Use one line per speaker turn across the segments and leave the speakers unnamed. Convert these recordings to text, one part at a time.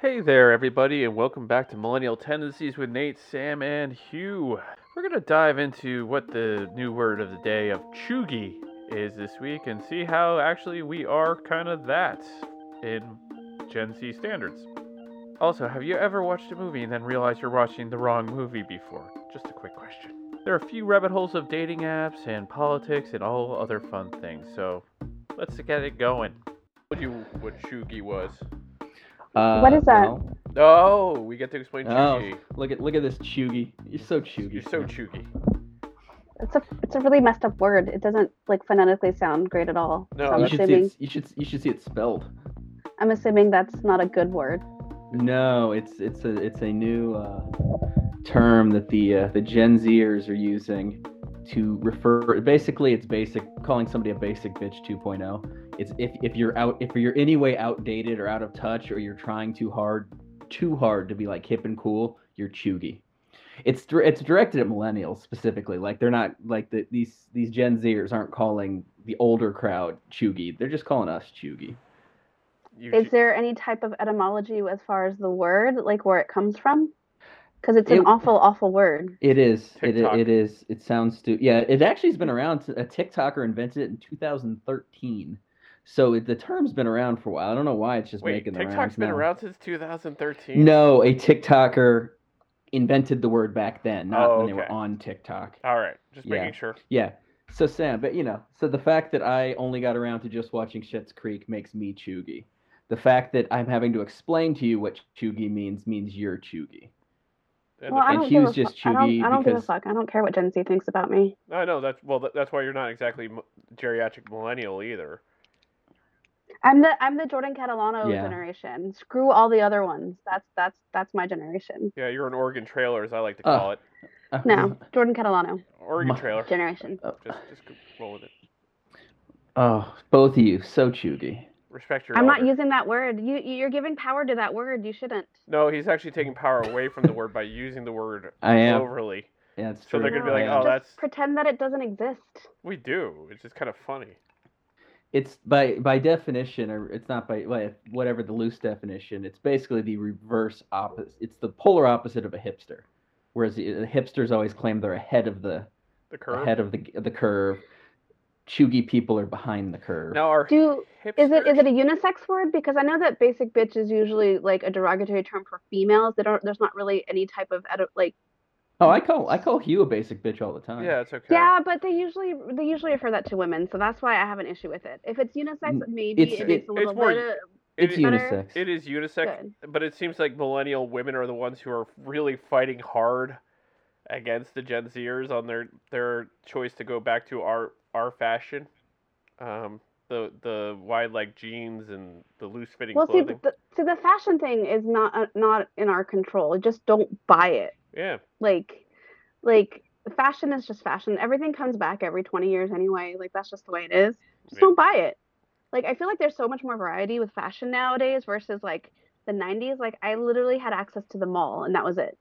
Hey there, everybody, and welcome back to Millennial Tendencies with Nate, Sam, and Hugh. We're going to dive into what the new word of the day of chuggy is this week and see how actually we are kind of that in Gen Z standards. Also, have you ever watched a movie and then realized you're watching the wrong movie before? Just a quick question. There are a few rabbit holes of dating apps and politics and all other fun things, so let's get it going. What you what chuggy was?
Uh,
What is that?
well,
Oh, we get to explain chuggy.
oh, look at look at this chuggy. You're so chuggy.
You're so chuggy.
It's a it's a really messed up word. It doesn't like phonetically sound great at all.
No,
so I'm
You should see
assuming
it, you should you should see it spelled.
I'm assuming that's not a good word.
No, it's it's a it's a new uh, term that the uh, the Gen Zers are using to refer. Basically, it's basic calling somebody a basic bitch 2.0. It's if if you're out if you're anyway outdated or out of touch or you're trying too hard too hard to be like hip and cool, you're chuggy. It's dir- it's directed at millennials specifically. Like they're not like the, these these Gen Zers aren't calling the older crowd chuggy. They're just calling us chuggy.
You
Is
ju-
there any type of etymology as far as the word, like where it comes from? Because it's an
It-
awful, awful word.
It is. It,
TikTok.
i- it is. It sounds stupid. Yeah, it actually has been around. To, a TikToker invented it in 2013. So it, the term's been around for a while. I don't know why it's just
Wait,
making the
TikTok's
rounds
been
now.
around since 2013.
No, a TikToker invented the word back then, not
Oh,
when they
okay.
were on TikTok.
All right, just
Yeah.
making sure.
Yeah. So Sam, but you know, so the fact that I only got around to just watching Schitt's Creek makes me chuggy. The fact that I'm having to explain to you what chuggy means means you're chuggy.
And
Well, I
and
don't
Hugh's
give a
just
fuck. I don't,
chuggy
I don't give a
because-
fuck. I don't care what Gen Z thinks about me.
the, I know that's well. That, that's why you're not exactly m- geriatric millennial either.
I'm the I'm the Jordan Catalano
Yeah.
generation. Screw all the other ones. That's that's that's my generation.
Yeah, you're an Oregon trailer, as I like to
Oh.
call it.
No, Jordan Catalano
Oregon
My-
trailer.
generation.
Just, just go- roll with it.
Oh, both of you, so chuggy.
Respect your.
I'm not
elder.
using that word. You you're giving power to that word. You shouldn't.
No, he's actually taking power away from the word by using the word
I am.
overly.
Yeah, it's
So
true.
they're gonna be like,
I am.
"Oh,
just
that's-
pretend that it doesn't exist.
We do. It's just kind of funny.
it's by by definition, or it's not by well, whatever the loose definition. It's basically the reverse opposite. It's the polar opposite of a hipster. Whereas the the hipsters always claim they're ahead of the
The curve.
ahead of the the curve. Chuggy people are behind the curve.
Now our
Do is it is
hipsters-
it a unisex word? Because I know that basic bitch is usually like a derogatory term for females. They don't. There's not really any type of edi- like.
Oh, I call I call Hugh a basic bitch all the time.
Yeah, it's okay.
Yeah, but they usually they usually refer that to women, so that's why I have an issue with it. If it's unisex, maybe
it's-
it
it's
makes a little
more
bit of
It
it's
is-
better.
unisex.
It is unisex,
Good.
but it seems like millennial women are the ones who are really fighting hard against the Gen Zers on their their choice to go back to our our fashion, um, the the wide leg jeans and the loose fitting
Well, see,
clothing.
the, see, the fashion thing is not uh, not in our control. Just don't buy it.
yeah,
Like, like fashion is just fashion. Everything comes back every 20 years anyway. Like that's just the way it is. Just
Yeah.
don't buy it. Like I feel like there's so much more variety with fashion nowadays versus like the 90s. Like I literally had access to the mall and that was it.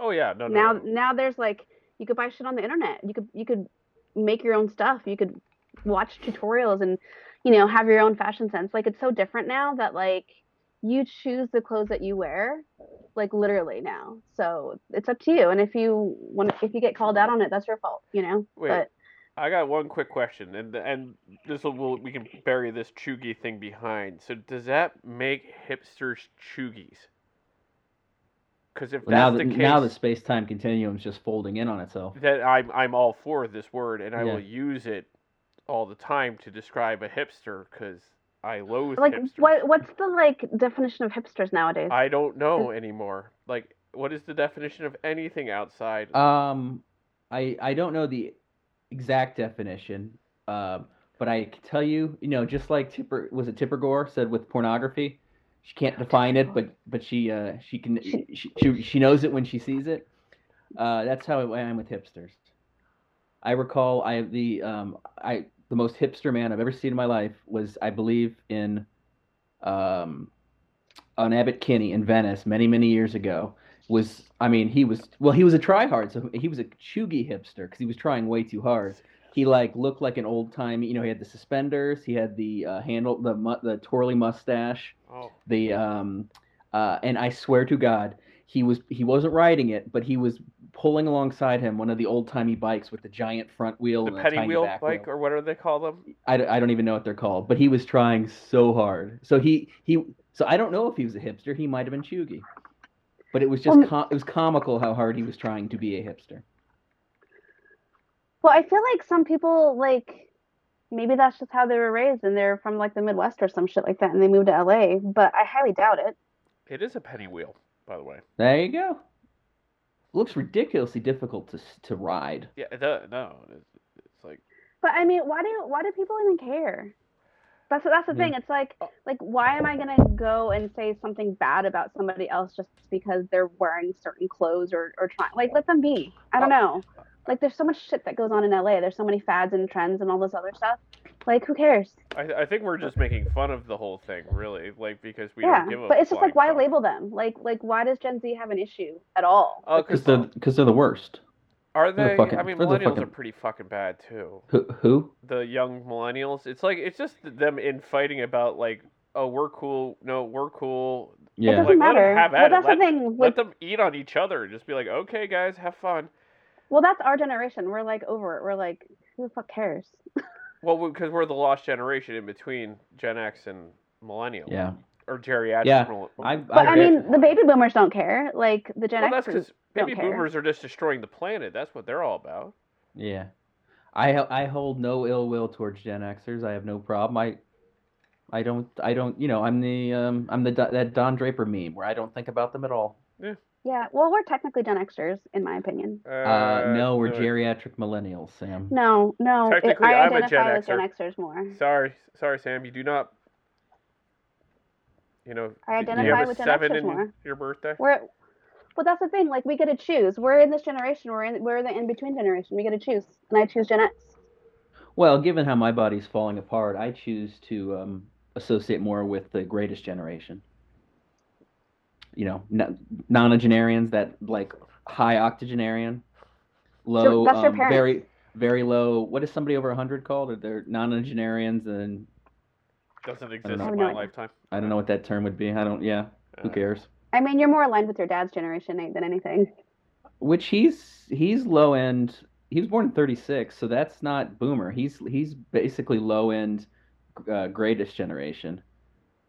oh yeah, no, no,
now
no.
now there's like you could buy shit on the internet. You could you could make your own stuff. You could watch tutorials and you know have your own fashion sense. Like it's so different now that like you choose the clothes that you wear like literally now. So it's up to you and if you want if you get called out on it that's your fault, you know.
Wait.
But
I got one quick question, and and this will we'll, we can bury this chuggy thing behind. So does that make hipsters chuggies? Because if that's
Well, now
the
that
case,
now the space time continuum is just folding in on itself.
that I'm I'm all for this word, and I
Yeah.
will use it all the time to describe a hipster because I loathe
like
hipsters.
what what's the like definition of hipsters nowadays?
I don't know anymore. Like, what is the definition of anything outside?
Um, I I don't know the exact definition, um, but I can tell you, you know, just like Tipper was it Tipper Gore said with pornography, she can't define it, but but she uh she can she she, she knows it when she sees it. Uh, that's how I am with hipsters. I recall I the um I the most hipster man I've ever seen in my life was I believe in um on Abbott Kinney in Venice many many years ago was I mean he was well he was a tryhard so he was a chuggy hipster because he was trying way too hard. He like looked like an old time you know he had the suspenders he had the uh, handle the mu- the twirly mustache
oh,
the um uh, and I swear to God, he was he wasn't riding it, but he was pulling alongside him one of the old timey bikes with the giant front wheel
The
and
petty
tiny
wheel
back
bike,
wheel.
or whatever they call them.
I, don't- I don't even know what they're called, but he was trying so hard. So he he so I don't know if he was a hipster. He might have been Chugi, but it was just
Well,
com- it was comical how hard he was trying to be a hipster.
Well, I feel like some people like maybe that's just how they were raised and they're from like the Midwest or some shit like that and they moved to LA, but I highly doubt it.
It is a penny wheel, by the way.
There you go. Looks ridiculously difficult to s- to ride.
Yeah, the, no, it's, it's like
But I mean, why do why do people even care? That's that's the
Yeah.
thing. It's like
Oh.
like why am I gonna go and say something bad about somebody else just because they're wearing certain clothes or or trying like let them be. I don't know. Like there's so much shit that goes on in LA. There's so many fads and trends and all this other stuff. Like who cares?
I, I think we're just making fun of the whole thing, really, like because we
yeah.
don't give a.
But it's just like why
flying fuck.
label them? Like like why does Gen Z have an issue at all?
Oh,
Because
because
they're because they're the worst.
are
they're
they?
fucking-
I mean,
they're the
millennials
fucking-
are pretty fucking bad too.
Who who?
The young millennials, it's like it's just them infighting about like, oh, we're cool. No, we're cool.
It
Yeah.
Like,
doesn't
let 'em
matter.
have at
Well,
it.
that's
Let-
the thing
Let
with
them eat on each other and just be like, okay, guys, have fun.
well, that's our generation. We're like over it. We're like, who the fuck cares?
Well, because we're the lost generation in between Gen X and millennial,
Yeah.
or geriatric.
Yeah,
millennial.
I,
But I
agree.
mean, the baby boomers don't care. Like the Gen
well, that's
X group.
because baby
don't care.
boomers are just destroying the planet. That's what they're all about.
Yeah. I ho- I hold no ill will towards Gen Xers. I have no problem. I I don't I don't, you know, I'm the um I'm the Do- that Don Draper meme where I don't think about them at all.
Yeah, well, we're technically Gen Xers, in my opinion.
Uh,
Uh, no, we're
no.
geriatric millennials, Sam.
No, no, it-
Technically,
I
I'm a
identify
Gen
with Gen Xers more.
Sorry, sorry, Sam. You do not. You know,
I
d-
identify
you have a
with Gen
seven
Xers
in
more.
your birthday.
We're, well, that's the thing. Like, we get to choose. We're in this generation. We're in. We're the in between generation. We get to choose, and I choose Gen X.
Well, given how my body's falling apart, I choose to um associate more with the greatest generation. You know, no- nonagenarians that like high octogenarian, low
that's your
um,
parents.
very very low. What is somebody over 100 called? Are they nonagenarians and
Doesn't exist
know.
in my
No idea.
lifetime.
I don't know what that term would be. I don't. Yeah, who
Uh,
cares?
I mean, you're more aligned with your dad's generation, Nate, than anything.
Which he's he's low end. He was born in '36, so that's not boomer. He's he's basically low end, uh, greatest generation.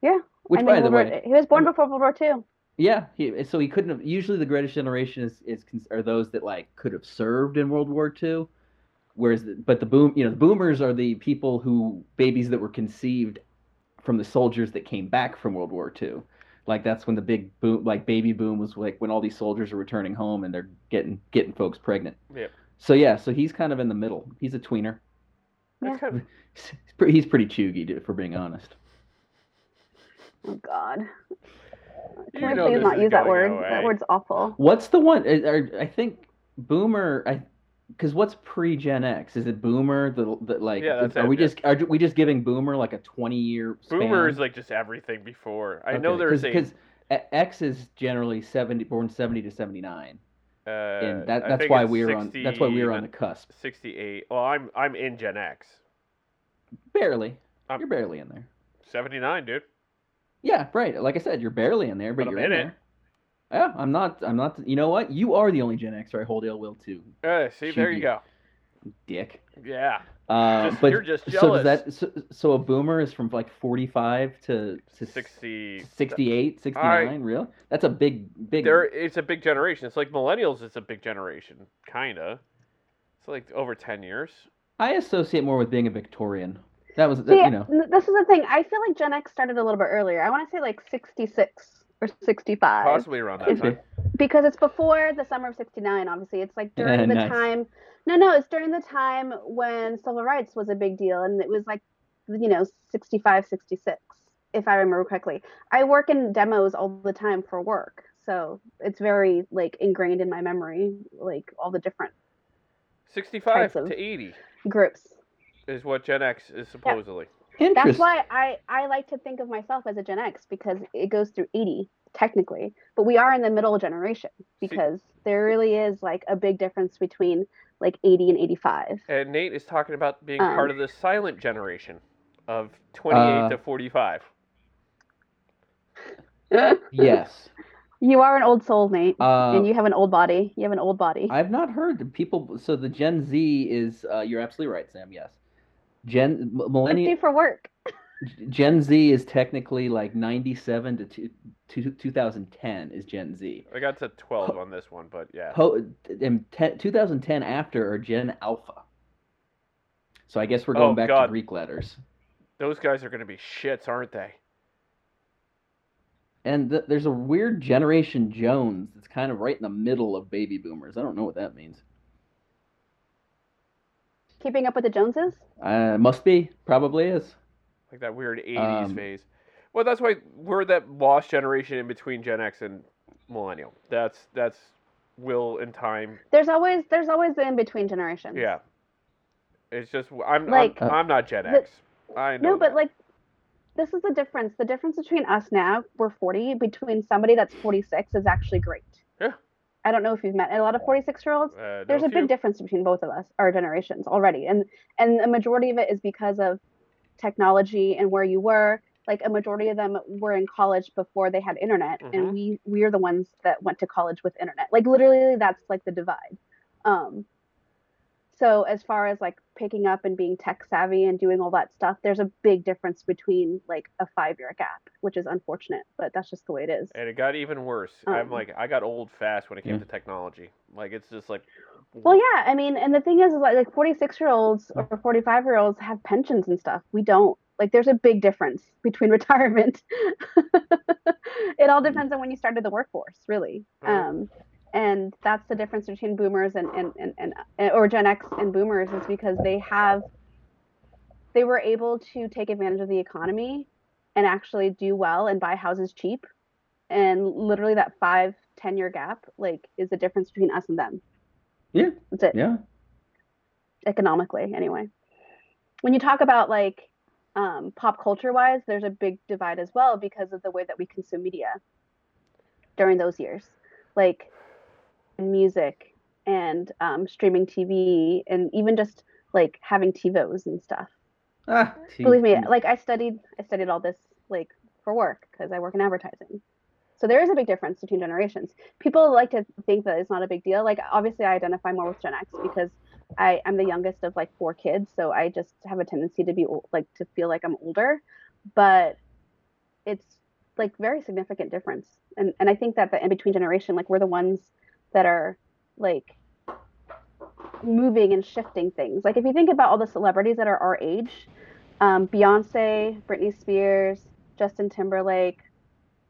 Yeah,
Which,
I mean,
by the
World
way,
War- he was born
I'm-
before World War II.
yeah. He, so he couldn't have. Usually, the greatest generation is is cons- are those that like could have served in World War II. Whereas, the, but the boom, you know, the boomers are the people who babies that were conceived from the soldiers that came back from World War II. Like that's when the big boom, like baby boom, was like when all these soldiers are returning home and they're getting getting folks pregnant.
Yep.
So yeah, so he's kind of in the middle. He's a tweener.
That's kind of-
He's pretty, he's pretty chuggy, to- for being honest.
Oh God.
You
Can we
know
please
this
not
is
use that
going
word?
away.
That word's awful.
What's the one? I, I- I think Boomer. I because what's pre Gen X? Is it Boomer? The, the like?
Yeah, that's
are
it,
we
yeah.
just are we just giving Boomer like a twenty year? Span?
Boomer is like just everything before. I know there's
because
a.
E, X is generally seventy, born seventy to seventy nine,
Uh,
and that,
I
that's
think
why
it's
we're on. That's
60
why we're on the cusp.
Sixty-eight. Well, I'm I'm in Gen X.
Barely,
I'm-
you're barely in there.
Seventy-nine, dude.
Yeah, right. Like I said, you're barely in there, but,
But I'm
you're in,
in it.
there. Yeah, I'm not. I'm not. You know what? You are the only Gen Xer I hold ill will to,
Uh, see, there you go.
dick.
Yeah.
Uh,
Just-
but
you're just
so does
jealous.
that? So, so a boomer is from like 45 to to
Sixty.
68, 69, Real? That's a big, big.
There, it's a big generation. It's like millennials. It's a big generation, kinda. It's like over ten years.
I associate more with being a Victorian. That was,
See,
that, you know.
n- this is the thing. I feel like Gen X started a little bit earlier. I want to say like 66 or 65.
Possibly around that
could
time.
be.
because it's before the summer of 69 obviously it's like during the
Nice.
time no no it's during the time when civil rights was a big deal and it was like you know 65 66 if i remember correctly i work in demos all the time for work so it's very like ingrained in my memory like all the different
Sixty-five
Types of-
to eighty
groups
is what Gen X is supposedly.
Interesting.
that's why i i like to think of myself as a gen x because it goes through 80 technically but we are in the middle generation because there really is like a big difference between like 80 and 85
And Nate is talking about being
Um, uh,
part of the silent generation of 28
Uh,
to 45.
yes.
you are an old soul, Nate,
Uh,
and you have an old body. You have an old body.
I've not heard the people. So the Gen Z is. Uh, you're absolutely right, Sam. Yes. Gen m-
Let's do
millennial
for work.
Gen Z is technically like 97 to, two, to 2010 is Gen Z.
I got to 12 on this one, but yeah.
Po- and te- 2010 after are Gen Alpha. So I guess we're going
Oh,
back
God.
to Greek letters.
Those guys are going to be shits, aren't they?
And th- there's a weird Generation Jones that's kind of right in the middle of baby boomers. I don't know what that means.
Keeping up with the Joneses.
Uh, must be, probably is.
Like that weird 80s
Um,
phase. Well, that's why we're that lost generation in between Gen X and millennial. That's that's will and time.
There's always there's always the in between generations.
Yeah. It's just I'm
Like-
I'm, I'm not Gen
The-
X. I know.
No, but
that.
like this is the difference. The difference between us now, we're 40, between somebody that's 46 is actually great.
Yeah.
I don't know if you've met a lot of 46 year olds.
uh,
There's
no
a big
few.
difference between both of us, our generations already. And and a majority of it is because of technology and where you were. Like a majority of them were in college before they had internet
Mhm.
and we we are the ones that went to college with internet. Like literally that's like the divide. Um so as far as like picking up and being tech savvy and doing all that stuff, there's a big difference between like a five year gap, which is unfortunate, but that's just the way it is.
And it got even worse. I'm
Um,
like, I got old fast when it came
Yeah.
to technology. Like, it's just like,
Well, yeah, I mean, and the thing is, is like, like 46 year olds or 45 year olds have pensions and stuff. We don't. Like, there's a big difference between retirement. it all depends on when you started the workforce, really.
Mhm.
Um, and that's the difference between boomers and, and, and, and, and or Gen X and boomers is because they have they were able to take advantage of the economy and actually do well and buy houses cheap and literally that five ten year gap like is the difference between us and them
Yeah.
that's it
Yeah.
economically anyway when you talk about like um, pop culture wise there's a big divide as well because of the way that we consume media during those years like music and um, streaming tv and even just like having tivos and stuff
Ah,
believe me
TV.
like i studied i studied all this like for work because i work in advertising so there is a big difference between generations people like to think that it's not a big deal like obviously i identify more with gen x because i i'm the youngest of like four kids so i just have a tendency to be ol- like to feel like i'm older but it's like very significant difference and and i think that the in between generation like we're the ones that are like moving and shifting things like if you think about all the celebrities that are our age um, Beyonce, Britney Spears, Justin Timberlake.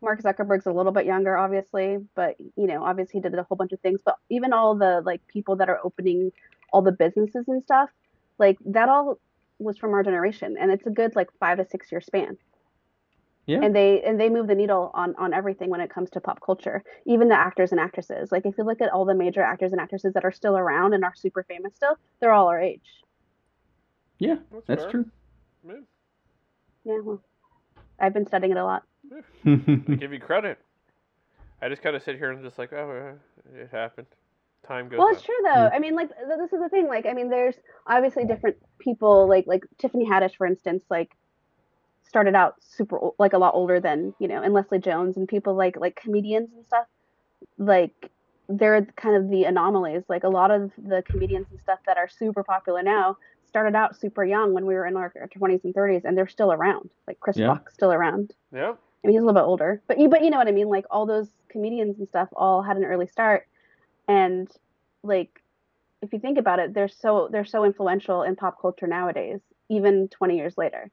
Mark Zuckerberg's a little bit younger, obviously, but you know, obviously he did a whole bunch of things. But even all the like people that are opening all the businesses and stuff, like that all was from our generation, and it's a good like five to six year span.
Yeah.
And they and they move the needle on on everything when it comes to pop culture, even the actors and actresses. Like if you look at all the major actors and actresses that are still around and are super famous still, they're all our age.
Yeah, that's
fair.
true.
Yeah,
Yeah. well, I've been studying it a lot.
I give you credit. I just kind of sit here and just like, oh, uh, it happened. Time goes
Well,
on.
it's true though. I mean, like th- this is the thing. Like, I mean, there's obviously different people. Like, like Tiffany Haddish, for instance, like started out super ol- like a lot older than you know, and Leslie Jones and people like like comedians and stuff. Like, they're kind of the anomalies. Like, a lot of the comedians and stuff that are super popular now started out super young when we were in our 20s and 30s, and they're still around. Like Chris
Yeah.
Rock's still around.
Yeah.
I mean, he's a little bit older, but you, but you know what I mean. Like all those comedians and stuff all had an early start, and like if you think about it, they're so they're so influential in pop culture nowadays. Even twenty years later,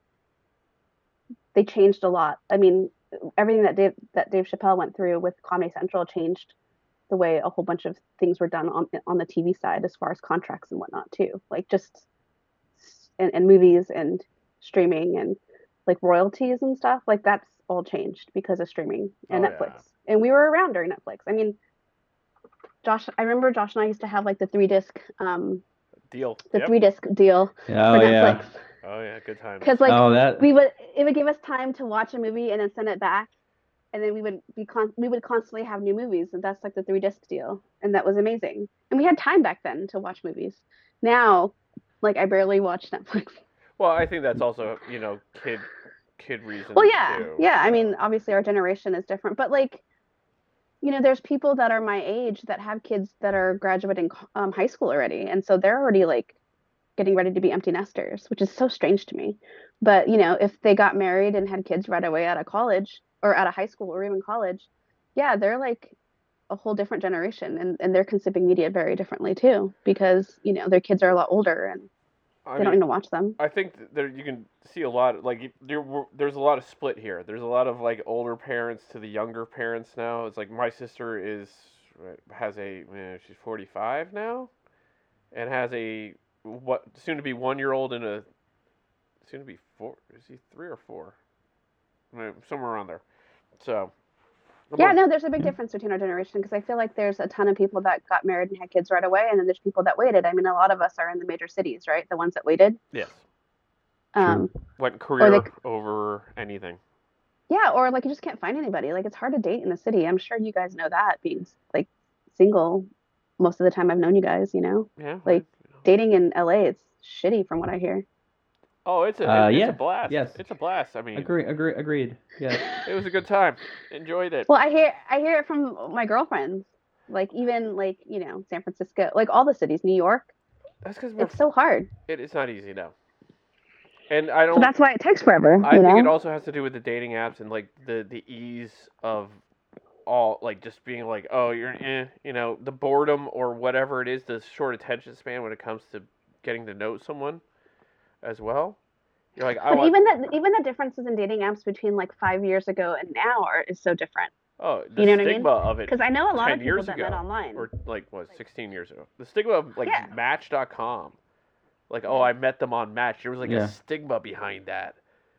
they changed a lot. I mean, everything that Dave that Dave Chappelle went through with Comedy Central changed the way a whole bunch of things were done on on the TV side as far as contracts and whatnot too. Like just and, and movies and streaming and like royalties and stuff like that's all changed because of streaming and
Oh, yeah.
netflix and we were around during netflix i mean josh i remember josh and i used to have like the three disc um
Deal.
the
Yep.
three disc deal for
Oh
netflix
yeah.
Oh, yeah. Good times.
because like
oh that.
we would it would give us time to watch a movie and then send it back and then we would be con- we would constantly have new movies and that's like the three disc deal and that was amazing and we had time back then to watch movies now like i barely watch netflix
Well, I think that's also, you know, kid kid reasons.
well yeah
too.
yeah i mean obviously our generation is different but like you know there's people that are my age that have kids that are graduating co- um, high school already and so they're already like getting ready to be empty nesters which is so strange to me but you know if they got married and had kids right away out of college or out of high school or even college yeah they're like a whole different generation and, and they're consuming media very differently too because you know their kids are a lot older and
I
they
mean,
don't even watch them
I think th- there you can see a lot like you- there were- there's a lot of split here. There's a lot of like older parents to the younger parents now. It's like my sister is has a eh, she's 45 now and has a what soon to be 1 year old and a soon to be 4 is he 3 or 4? I mean, somewhere around there. So I'm
Yeah,
not-
no, there's a big difference between our generation because I feel like there's a ton of people that got married and had kids right away, and then there's people that waited. I mean, a lot of us are in the major cities, right? The ones that waited.
yes.
Um,
Went career
like-
over anything.
yeah, or like you just can't find anybody. Like it's hard to date in the city. I'm sure you guys know that being like single most of the time I've known you guys, you know?
Yeah.
Like-
you know.
Dating in LA, it's shitty from what I hear.
Oh, it's a
Uh,
it's
yeah.
a blast.
Yes.
It's a blast. I mean,
Agree, agree, agreed. Yes.
it was a good time. Enjoyed it.
Well, I hear I hear it from my girlfriends. Like even like, you know, San Francisco, like all the cities, New York.
That's because we're.
It's so hard.
It, it's not easy now. And I
So
don't.
that's why it takes forever.
I
you
think
know?
it also has to do with the dating apps and like the the ease of all like just being like oh you're eh, you know the boredom or whatever it is the short attention span when it comes to getting to know someone as well. You're like I
But
want.
even the even the differences in dating apps between like five years ago and now are is so different.
oh, the
you know what I mean?
stigma of it.
Because I know a lot
10
of people
years
that
ago,
met online.
or like what 16 years ago the stigma of like
Yeah.
match.com like oh i met them on match there was like
Yeah.
a stigma behind that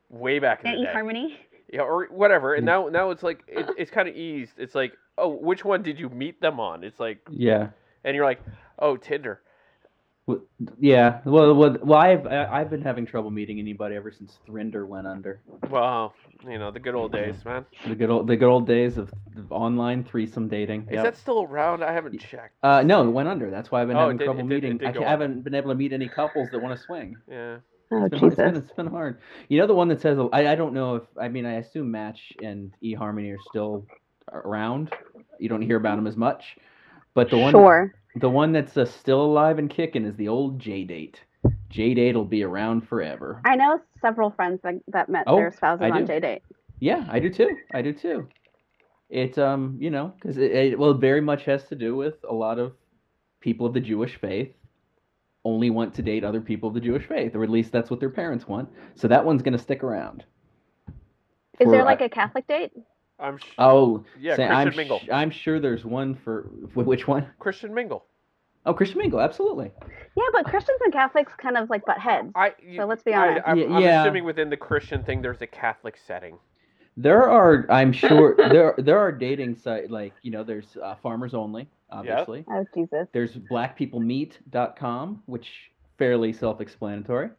way back in
Yeah,
the day
eHarmony.
yeah or whatever and
Mm.
now now it's like it, it's kind of eased it's like oh which one did you meet them on it's like
Yeah.
and you're like oh tinder
W- Yeah. Well, well, well I've I- I've been having trouble meeting anybody ever since Thrinder went under.
well you know the good old days
Mm-hmm.
man
The good old the good old days of of online threesome dating.
is
Yep.
that still around i haven't checked
Uh, no, it went under. That's why I've been
Oh, it
having
did-
trouble
it did- it
meeting.
did
I
go
ca-
up.
haven't been able to meet any couples that want to swing.
yeah
Oh
It's been, it's been,
Jesus.
it's been hard. You know the one that says "Oh, I, I don't know if I mean I assume Match and eHarmony are still around. You don't hear about them as much, but the one
Sure.
the one that's uh, still alive and kicking is the old J date. J date will be around forever.
I know several friends that, that met
Oh,
their spouses
I
on
do.
JDate.
Yeah, I do too. I do too. It um, you know, because it, it well, it very much has to do with a lot of people of the Jewish faith only want to date other people of the Jewish faith, or at least that's what their parents want. So that one's gonna stick around.
Is
For,
there
uh,
like a Catholic date?
i'm sh-
Oh,
yeah
say-
christian
I'm,
mingle
sh- I'm sure there's one for wh- which one?
christian mingle
Oh, Christian Mingle, absolutely.
Yeah, but Christians and Catholics kind of like butt heads.
i you,
So let's be
I,
honest.
I'm,
Y-
I'm
yeah.
assuming within the christian thing there's a catholic setting
There are, I'm sure there there are dating site like you know, there's uh, Farmers Only, obviously.
Oh Jesus.
There's blackpeoplemeet.com, which fairly self-explanatory.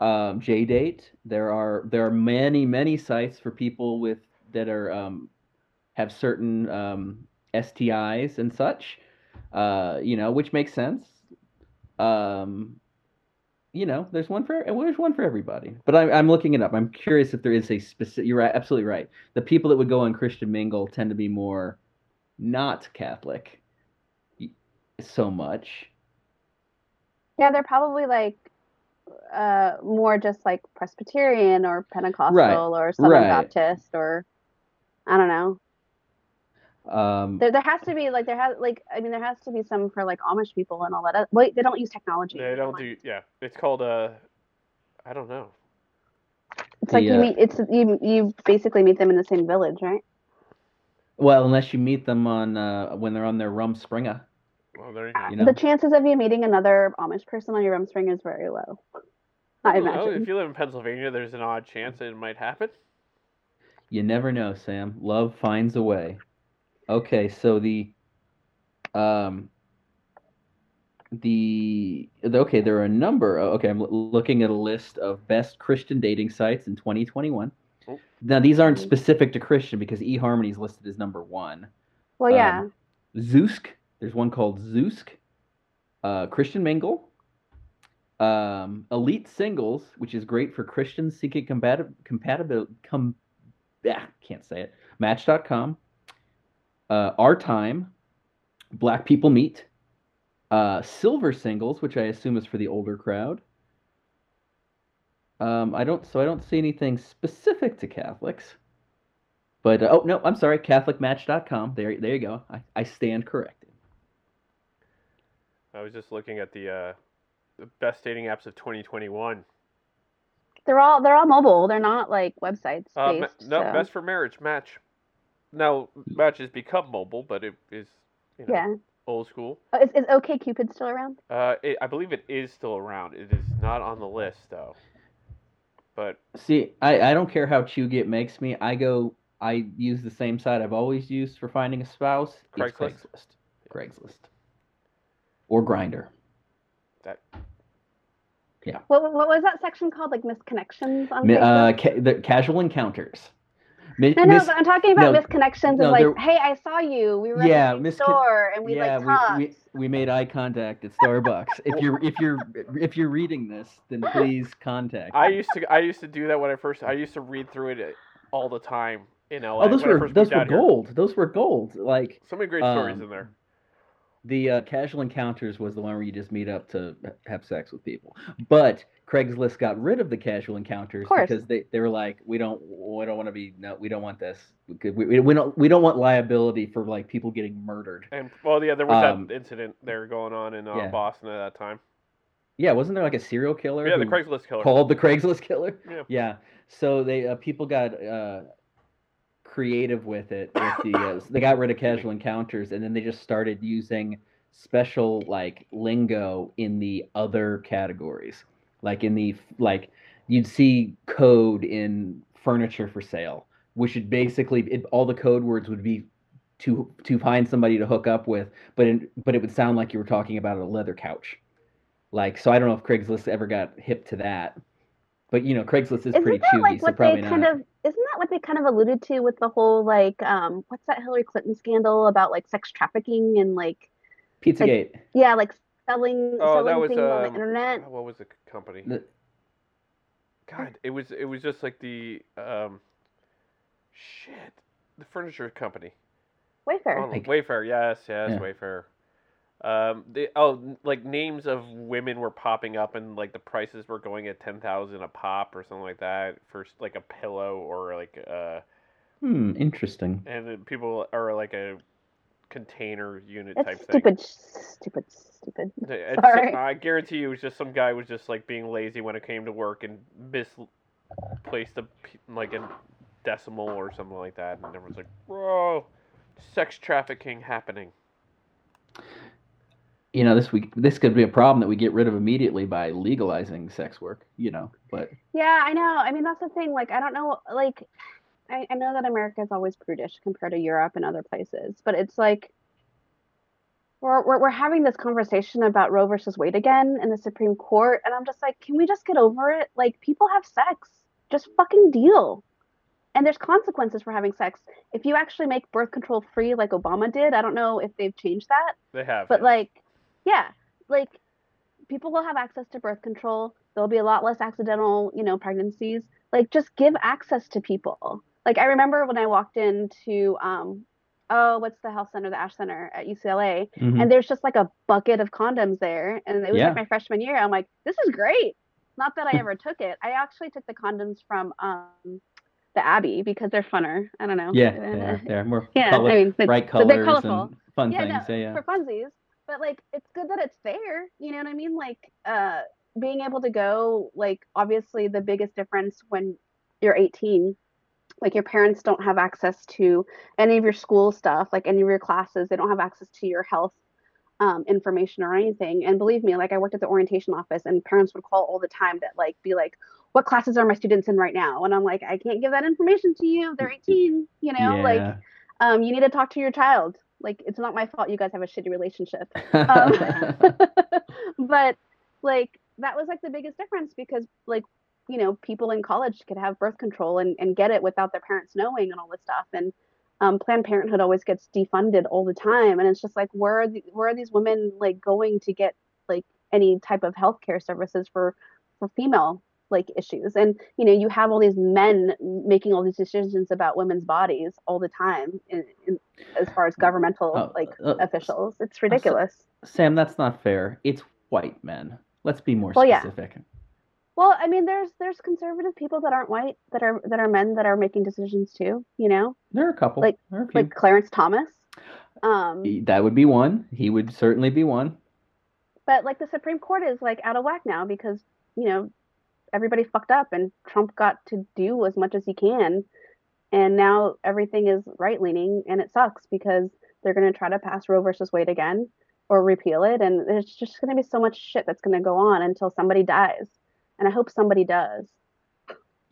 Um, JDate. There are there are many many sites for people with that are um, have certain um, STIs and such. Uh, you know, which makes sense. Um, you know, there's one for well, there's one for everybody. But I'm I'm looking it up. I'm curious if there is a specific. You're right, absolutely right. The people that would go on Christian Mingle tend to be more not Catholic so much.
Yeah, they're probably like uh more just like Presbyterian or Pentecostal or Southern
right.
Baptist or I don't know.
Um,
There, there has to be like there has like I mean there has to be some for like Amish people and all that. oth- Wait, they don't use technology.
They don't do. Yeah, it's called uh, I don't know.
It's like
the,
you
uh,
meet. It's you. You basically meet them in the same village, right?
well, unless you meet them on uh, when they're on their Rum Springer.
Well, there you
Uh,
go.
You know.
The chances of you meeting another Amish person on your rum string is very low. I
Who knows?
imagine.
Oh, if you live in Pennsylvania, there's an odd chance that it might happen.
You never know, Sam. Love finds a way. Okay, so the um the the- okay, there are a number. oh, Okay, I'm l- looking at a list of best Christian dating sites in 2021.
Oh.
Now these aren't
Mhm.
specific to Christian because eHarmony is listed as number one.
Well, yeah.
um, Zeusk. There's one called Zeusk. Uh, Christian Mingle. um, Elite Singles, which is great for Christians seeking compatible compatibil com ah, can't say it. Match.com, uh, Our Time, Black People Meet, uh, Silver Singles, which I assume is for the older crowd. Um, I don't so I don't see anything specific to Catholics. But uh, oh no, I'm sorry, CatholicMatch.com. There, there you go. I, I stand corrected.
I was just looking at the, uh, the best dating apps of 2021.
They're all they're all mobile. They're not like websites based.
Uh, ma- no,
so-
best for marriage, Match. Now, Match has become mobile, but it is you know,
yeah.
old school.
Oh, is, is OK Cupid still around?
Uh, it, I believe it is still around. It is not on the list though. But
See, I, I don't care how chuggy it makes me. I go I use the same site I've always used for finding a spouse. It's
Craigslist?
Craigslist. Craigslist. Or Grinder.
What, what was that section called? Like misconnections on
Uh,
Facebook?
ca- the casual encounters. Mi-
no, no,
mis-
but I'm talking about
no,
misconnections
no,
and like,
there-
hey, I saw you. We were
Yeah,
at the same
miscon-
store and we
yeah,
like talked.
we, we, we made eye contact at Starbucks. if you're if you're if you're reading this, then please contact.
I
me.
used to I used to do that when I first I used to read through it uh, all the time in LA.
oh, those
when I
were
first
those
moved
were
out here.
gold. Those were gold. Like
So many great stories
Um,
in there.
The uh, casual encounters was the one where you just meet up to ha- have sex with people. But Craigslist got rid of the casual encounters
course.
because they, they were like, we don't we don't want to be no we don't want this we, could- we, we don't we don't want liability for like people getting murdered.
And well, yeah, there was
um,
that incident there going on in uh,
yeah.
Boston at that time.
Yeah, wasn't there like a serial killer?
Yeah, the
who
Craigslist killer.
called the Craigslist killer.
Yeah.
So they uh, people got uh, creative with it. With the uh, they got rid of casual encounters, and then they just started using special like lingo in the other categories, like in the like you'd see code in furniture for sale, which would basically it, all the code words would be. To, to find somebody to hook up with, but in, but it would sound like you were talking about a leather couch, like so. I don't know if Craigslist ever got hip to that, but you know Craigslist is
isn't
pretty
that
chewy,
like
so
what they
probably
kind
not.
of isn't that what they kind of alluded to with the whole like um what's that Hillary Clinton scandal about like sex trafficking and like
Pizzagate.
yeah like selling
Oh,
selling
that was,
things on the
um,
internet.
What was the c- company?
The-
God, it was it was just like the um, shit, the furniture company.
Wayfair.
Oh,
Like-
Wayfair, yes, yes,
Yeah.
Wayfair. Um, they, oh, n- like names of women were popping up, and like the prices were going at ten thousand a pop or something like that for s- like a pillow or like uh,
Hmm, interesting.
and then people are like a container unit
That's
type thing.
stupid, stupid, stupid.
It's-
Sorry.
I guarantee you, it was just some guy was just like being lazy when it came to work and misplaced a p- like a decimal or something like that, and everyone's like, "Bro, sex trafficking happening."
You know, this week this could be a problem that we get rid of immediately by legalizing sex work. You know, but
Yeah, I know. I mean, that's the thing. Like, I don't know. Like, I, I know that America is always prudish compared to Europe and other places, but it's like we're, we're we're having this conversation about Roe versus Wade again in the Supreme Court, and I'm just like, can we just get over it? Like, people have sex. Just fucking deal. And there's consequences for having sex. If you actually make birth control free, like Obama did, I don't know if they've changed that,
They have,
but
yeah.
like, yeah, like people will have access to birth control. There'll be a lot less accidental, you know, pregnancies. Like, just give access to people. Like, I remember when I walked into, um, oh, what's the health center, the Ash Center at UCLA, and there's just like a bucket of condoms there. And it was
Hmm. Yeah. Hmm.
like my freshman year. I'm like, this is great. Not that I ever took it. I actually took the condoms from um, the Abbey because they're funner. I don't know.
yeah, they're, they're more
yeah.
color,
I mean, they-
bright
so they're
colors
colorful.
and fun
Yeah, no,
things. yeah, yeah.
for funsies. But like, it's good that it's there. You know what I mean? Like, uh, being able to go, like, obviously, the biggest difference when you're 18, like, your parents don't have access to any of your school stuff, like any of your classes. They don't have access to your health um, information or anything. And believe me, like, I worked at the orientation office, and parents would call all the time that, like, be like, what classes are my students in right now? And I'm like, I can't give that information to you. They're 18, you know, like
Yeah.
um, you need to talk to your child. Like, it's not my fault you guys have a shitty relationship. Um, but, like, that was like the biggest difference because, like, you know, people in college could have birth control and, and get it without their parents knowing and all this stuff. And um, Planned Parenthood always gets defunded all the time. And it's just like, where are, the, where are these women, like, going to get, like, any type of healthcare services for for female like issues and you know you have all these men making all these decisions about women's bodies all the time in, in, as far as governmental
Oh,
like
uh,
officials it's ridiculous
Sam, that's not fair. It's white men. Let's be more
Well, yeah.
specific.
well i mean there's there's conservative people that aren't white that are that are men that are making decisions too you know
There are a couple.
Like-
there are a few.
like clarence thomas um
He- that would be one. He would certainly be one.
but like the supreme court is like out of whack now because you know everybody fucked up and trump got to do as much as he can and now everything is right leaning and it sucks because they're going to try to pass roe versus wade again or repeal it and there's just going to be so much shit that's going to go on until somebody dies and i hope somebody does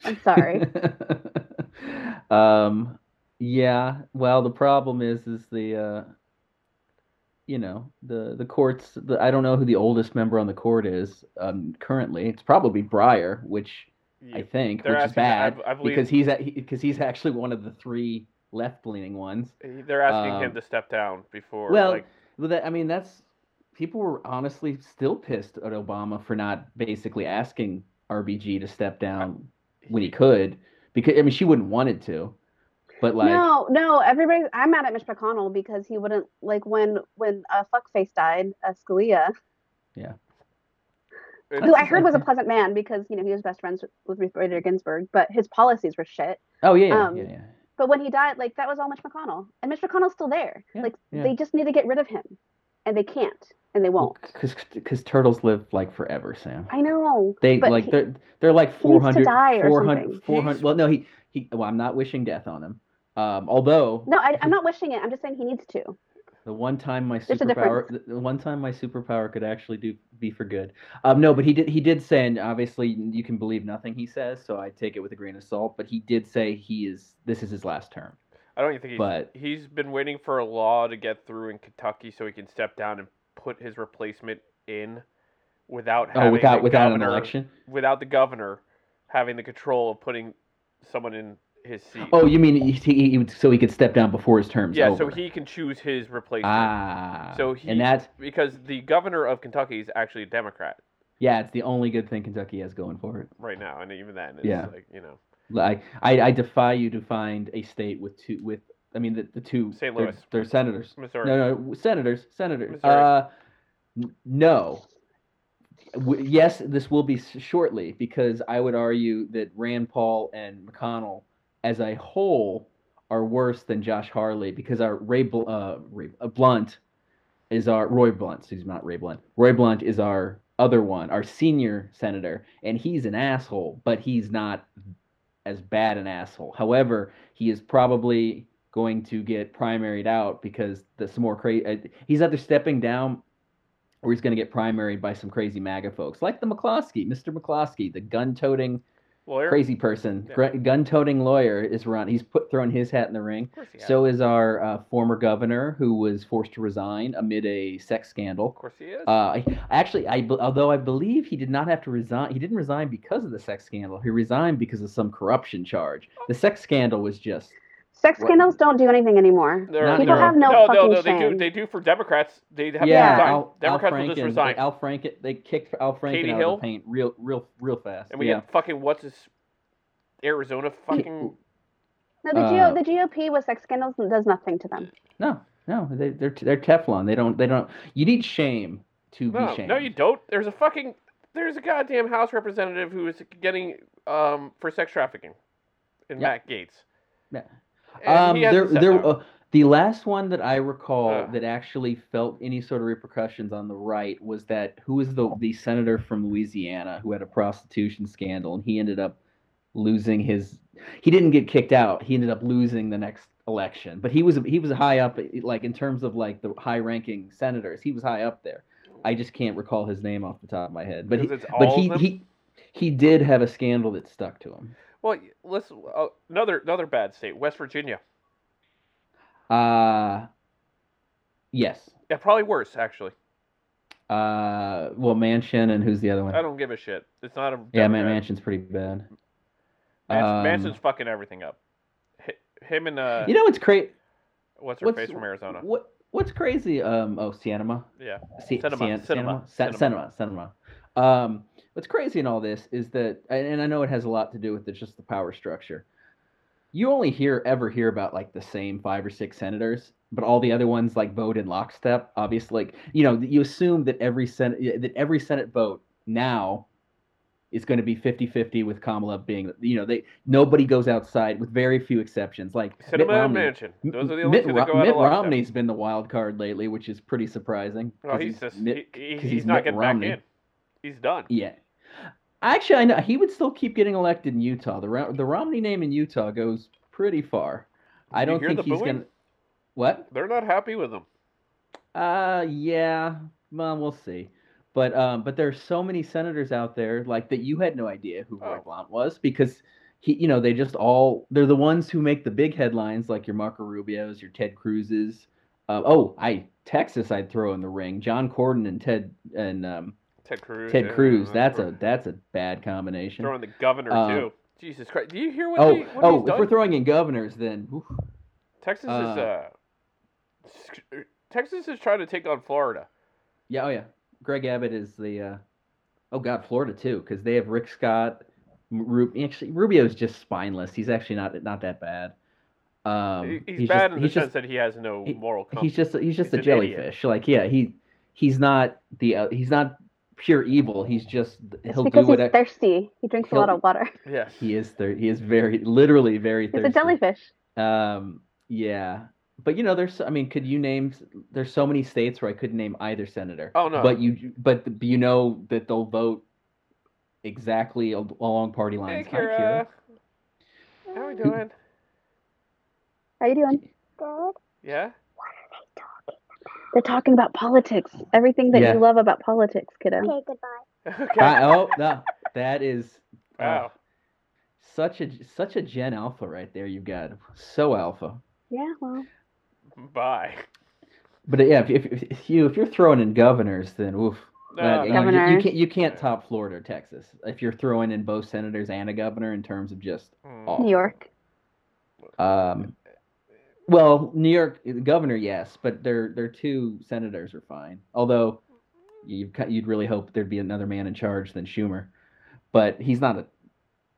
i'm sorry
um, yeah. Well, the problem is, is the, uh, you know, the the courts. The, I don't know who the oldest member on the court is um, currently. It's probably Breyer, which I think,
They're
which is
asking- I-
bad
I believe-
because he's at, because he's actually one of the three left leaning ones.
They're asking him
Um,
to step down before.
well,
like,
Well, that I mean, that's people were honestly still pissed at Obama for not basically asking RBG to step down when he could, because I mean, she wouldn't wanted to, but like,
no, no, everybody. I'm mad at Mitch McConnell because he wouldn't like when when uh, fuckface died, uh, Scalia,
it's-
who I heard was a pleasant man because you know he was best friends with Ruth Bader Ginsburg, but his policies were shit.
oh yeah, yeah,
um,
yeah, yeah.
But when he died, like that was all Mitch McConnell, and Mitch McConnell's still there.
Yeah,
like
yeah.
they just need to get rid of him, and they can't, and they won't.
because because turtles live like forever, Sam.
I know.
They
but
like
he-
they're they're like
he needs to
400,
die or
400,
something.
400 Well, no, he he. Well, I'm not wishing death on him. Um, although
No, I, I'm not wishing it. I'm just saying he needs to.
The one time my
There's a
superpower, the- the one time my superpower could actually do be for good. Um, no, but he did. He did say, and obviously you can believe nothing he says, so I take it with a grain of salt. But he did say he is. This is his last term.
I don't even think he's,
But-
he's been waiting for a law to get through in Kentucky so he can step down and put his replacement in without having
Oh, without
the
without
governor,
an election.
without the governor having the control of putting someone in his seat.
Oh, you mean he, he, he would, so he could step down before his term's
yeah,
over?
so he can choose his replacement
Ah.
So he-
and that's
because the governor of Kentucky is actually a Democrat
yeah, it's the only good thing Kentucky has going for it.
right now, and even then, it's
Yeah.
like you know
Like I, I defy you to find a state with two with. I mean the the two
St.
they're-
Louis.
they're senators.
Missouri.
No, no, senators, senators.
Missouri.
Uh, n- no. W- yes, this will be s- shortly because I would argue that Rand Paul and McConnell, as a whole, are worse than Josh Harley because our Ray, Bl- uh, Ray uh, Blunt is our Roy Blunt. Excuse me, not Ray Blunt. Roy Blunt is our other one, our senior senator, and he's an asshole, but he's not as bad an asshole. However, he is probably going to get primaried out because the some more crazy. He's either stepping down or he's going to get primaried by some crazy MAGA folks like the McCloskey, Mr. McCloskey, the gun-toting
lawyer.
crazy person,
Yeah.
gra- gun-toting lawyer is run. He's put thrown his hat in the ring.
Of course he has.
So is our uh, former governor who was forced to resign amid a sex scandal.
of course he is.
Uh, I- actually, I be- although I believe he did not have to resign, he didn't resign because of the sex scandal. He resigned because of some corruption charge. The sex scandal was just
Sex
Right.
scandals don't do anything anymore.
There
Not
are-
People
there are-
have
no
no, no,
fucking
no. They do.
shame.
They do for Democrats. They have
yeah.
to resign.
Al,
Democrats
Al
will
Franken,
just resign.
Al Franken, they kicked Al Franken
Katie
out
Hill?
of the paint real, real, real fast.
And we
yeah.
had fucking what's his Arizona fucking
No, the
Uh,
G- the GOP with sex scandals does nothing to them.
no, no, they, they're they're Teflon. They don't, they don't. You need shame to be
no,
shamed.
no, you don't. There's a fucking there's a goddamn House representative who is getting um for sex trafficking in
Yeah.
Matt Gates.
Yeah.
And
Um,
he hasn't
there,
sat
there,
down.
uh, the last one that I recall
Ugh.
that actually felt any sort of repercussions on the right was that who was the the senator from Louisiana who had a prostitution scandal and he ended up losing his. He didn't get kicked out. He ended up losing the next election, but he was he was high up eh, like in terms of like the high ranking senators. He was high up there. I just can't recall his name off the top of my head, but he,
'Cause it's all
but
of
he,
them?
he he did have a scandal that stuck to him.
well, let's uh, another another bad state, West Virginia.
Uh yes.
Yeah, probably worse actually.
Uh, well, Mansion and who's the other one?
I don't give a shit. It's not a
yeah, Man-
Democrat.
Mansion's pretty bad.
Mansion-
Um,
Manson's fucking everything up. Hi- Him and uh,
you know what's crazy?
what's her
what's-
face from Arizona?
What what's crazy? Um, oh, cinema.
Yeah.
C-
Cinema, cinema,
Cin- cinema, Cin-
cinema.
cinema, cinema. Um, what's crazy in all this is that, and and I know it has a lot to do with it, just the power structure. You only hear ever hear about like the same five or six senators, but all the other ones like vote in lockstep. Obviously, like you know, you assume that every senate that every senate vote now is going to be 50-50 with Kamala being, you know, they nobody goes outside with very few exceptions. Like Mitt
Cinema and
Romney-
Mansion. Those are the only
Mitt,
two that
Ro-
go out
Mitt
of lockstep.
Romney's been the wild card lately, which is pretty surprising.
Well,
'cause
he's just
Mitt-
he, he-
'cause
he's,
he's
not
Mitt
getting
Romney.
back in. He's done.
yeah. Actually, I know he would still keep getting elected in Utah. The Ro- the Romney name in Utah goes pretty far. I
Did you
don't
hear
think
the
he's
booing?
gonna. What?
They're not happy with him.
Uh, yeah. Well, we'll see. But um, but there's so many senators out there like that you had no idea who Roy
Oh.
Blunt was because he, you know, they just all they're the ones who make the big headlines like your Marco Rubio's, your Ted Cruz's. Uh, oh, I Texas, I'd throw in the ring. John Corden and Ted and um,
Ted Cruz.
Ted
yeah,
Cruz. That's
we're
a that's a bad combination.
throwing the governor
uh,
too. Jesus Christ! Do you hear what?
Oh,
he, what
oh,
he's
if
done?
we're throwing in governors, then oof.
Texas is uh,
uh,
sc- Texas is trying to take on Florida.
yeah, oh yeah, Greg Abbott is the. Uh, oh God, Florida too, because they have Rick Scott. Rub- actually, Rubio's just spineless. He's actually not not that bad. Um,
He- he's,
just-
bad in the
he's
sense
just,
that he has no
he-
moral compass.
he's just he's just
he's
a
an idiot.
jellyfish. Like yeah, he he's not the uh, he's not pure evil. He's just
It's
he'll do
because he's
what
thirsty. He drinks a lot
he'll-
of water.
yes.
he is. Thir- he is very literally very
He's
thirsty.
a jellyfish.
Um, yeah, but you know, there's. I mean, could you name? There's so many states where I couldn't name either senator.
Oh no.
But you, but th- you know that they'll vote exactly al- along party
hey,
lines. Hi,
Kira. How we doing?
How you doing?
Yeah.
They're talking about politics. Everything that
Yeah.
you love about politics, kiddo.
Okay, goodbye.
okay.
Kira. Hi- oh no, that is uh,
wow.
such a such a Gen Alpha right there. You've got so Alpha.
Yeah, well,
Bye.
But uh, yeah, if, if, if you if you're throwing in governors, then woof.
No,
But, you, know, you- you
Governors.
can't you can't
Yeah.
top Florida or Texas if you're throwing in both senators and a governor in terms of just
Mm.
Oh.
New York.
Um, well, New York the governor, yes, but their their two senators are fine. Although you'd ki- you'd really hope there'd be another man in charge than Schumer, but he's not a,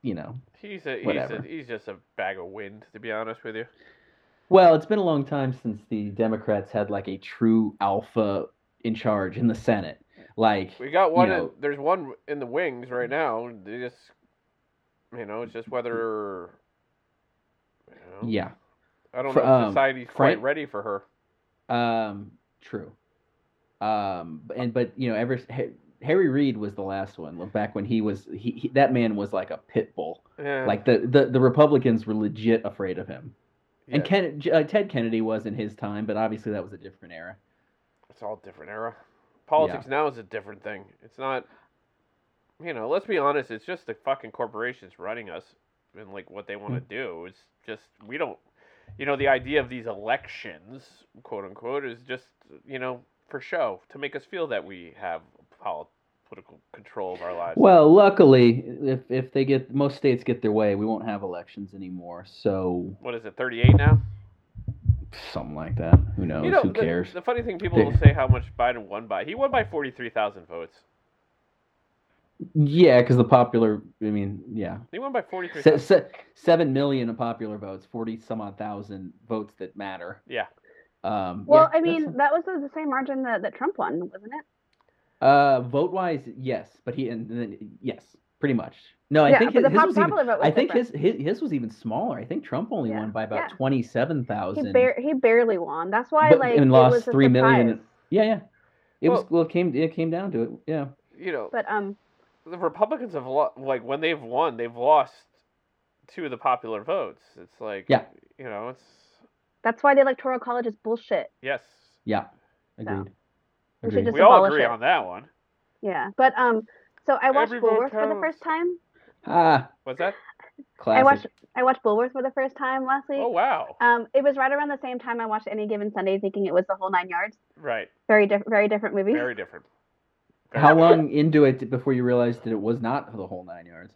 you know.
He's a, he's a
Whatever.
he's just a bag of wind, to be honest with you.
Well, it's been a long time since the Democrats had like a true alpha in charge in the Senate. Like
We got one. in,
know-
there's one in the wings right now. They just, you know, it's just whether. you know,
yeah,
I don't
Fr-
know. if
um,
society's quite
Frank-
ready for her.
um, true. Um, b- and but you know, ever s- Ha- Harry Reid was the last one. Look back when he was he, he that man was like a pit bull.
Yeah,
Like the, the the Republicans were legit afraid of him, and
yeah,
Ken, J- uh, Ted Kennedy was in his time, but obviously that was a different era.
it's all different era. Politics now is a different thing. It's not. You know, let's be honest. It's just the fucking corporations running us, and like what they want
Mm.
to do. It's just we don't. You know, the idea of these elections, quote unquote, is just you know for show to make us feel that we have pol- political control of our lives.
Well, luckily, if if they get most states get their way, we won't have elections anymore. So
what is it, 38 now?
something like that. Who knows?
you know,
Who
the,
cares?
the funny thing, people
They-
will say how much Biden won by. He won by 43,000 votes.
Yeah, because the popular. I mean, yeah,
He won by
se-
43,000.
se- seven million of popular votes, forty some odd thousand votes that matter.
Yeah.
Um,
Well,
yeah,
I mean,
that's-
that was the the same margin that, that Trump won, wasn't it?
uh, vote wise, yes, but he and, and then yes, pretty much. No, I
yeah,
think his,
but the
his
pop-
was even,
popular vote was
I think
different.
his, his his was even smaller. I think Trump only
Yeah,
won by about
yeah.
twenty seven
he,
thousand.
bar- he barely won. That's why
But-
like
and
it
lost
was a
three million
surprise.
Yeah, yeah. It was well, it came it came down to it. Yeah,
You know,
But um,
the Republicans have lost, like, when they've won, they've lost two of the popular votes. It's like,
Yeah.
you know, it's,
that's why the electoral college is bullshit.
yes.
yeah. Agreed.
We should
Agreed.
just-
we all
abolish
agree
it.
on that one.
Yeah. But um, so I watched
Every vote
Bulworth for the
counts.
first time.
ah,
What's that?
classic.
I watched I watched Bulworth for the first time last week.
Oh, wow.
Um, it was right around the same time I watched Any Given Sunday, thinking it was the whole nine yards.
Right.
Very different, very different movie.
Very different. Very
How
different.
long into it before you realized that it was not the whole nine yards?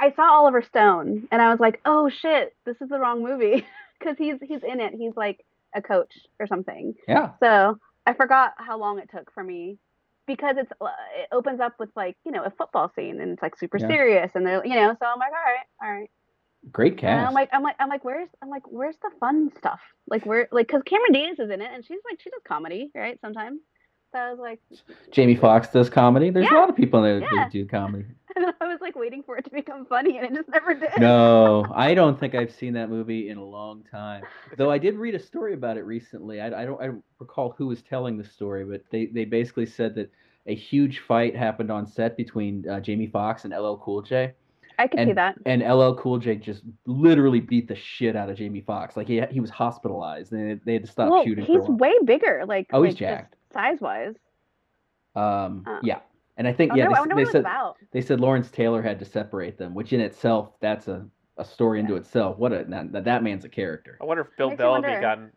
I saw Oliver Stone, and I was like, "Oh shit, this is the wrong movie," because he's he's in it. He's like a coach or something.
Yeah.
So I forgot how long it took for me because it's uh, it opens up with like you know a football scene and it's like super
Yeah.
serious and they're you know so I'm like all right all right
Great
and
cast.
I'm like I'm like I'm like where's I'm like where's the fun stuff like where like because Cameron Diaz is in it and she's like she does comedy right sometimes so I was like
Jamie Foxx does comedy. There's a
Yeah.
lot of people in there
Yeah.
that do comedy.
I was like waiting for it to become funny and it just never did
No, I don't think I've seen that movie in a long time. Though I did read a story about it recently. I, I don't I don't recall who was telling the story, but they, they basically said that a huge fight happened on set between uh, Jamie Foxx and LL Cool J.
I could see that
and LL Cool J just literally beat the shit out of Jamie Foxx. Like he he was hospitalized, and they, they had to stop
well
shooting.
he's
for a while.
way bigger like
Oh, he's
like, just
jacked.
size wise
Um,
Oh.
yeah, and I think
I
yeah,
wonder,
they, s-
I
they
wonder what it was
said
about
they said Lawrence Taylor had to separate them, which in itself that's a, a story into itself. What a that, that- that man's a character.
Oh.
I wonder if Bill
Makes you
Bellamy
wonder.
gotten,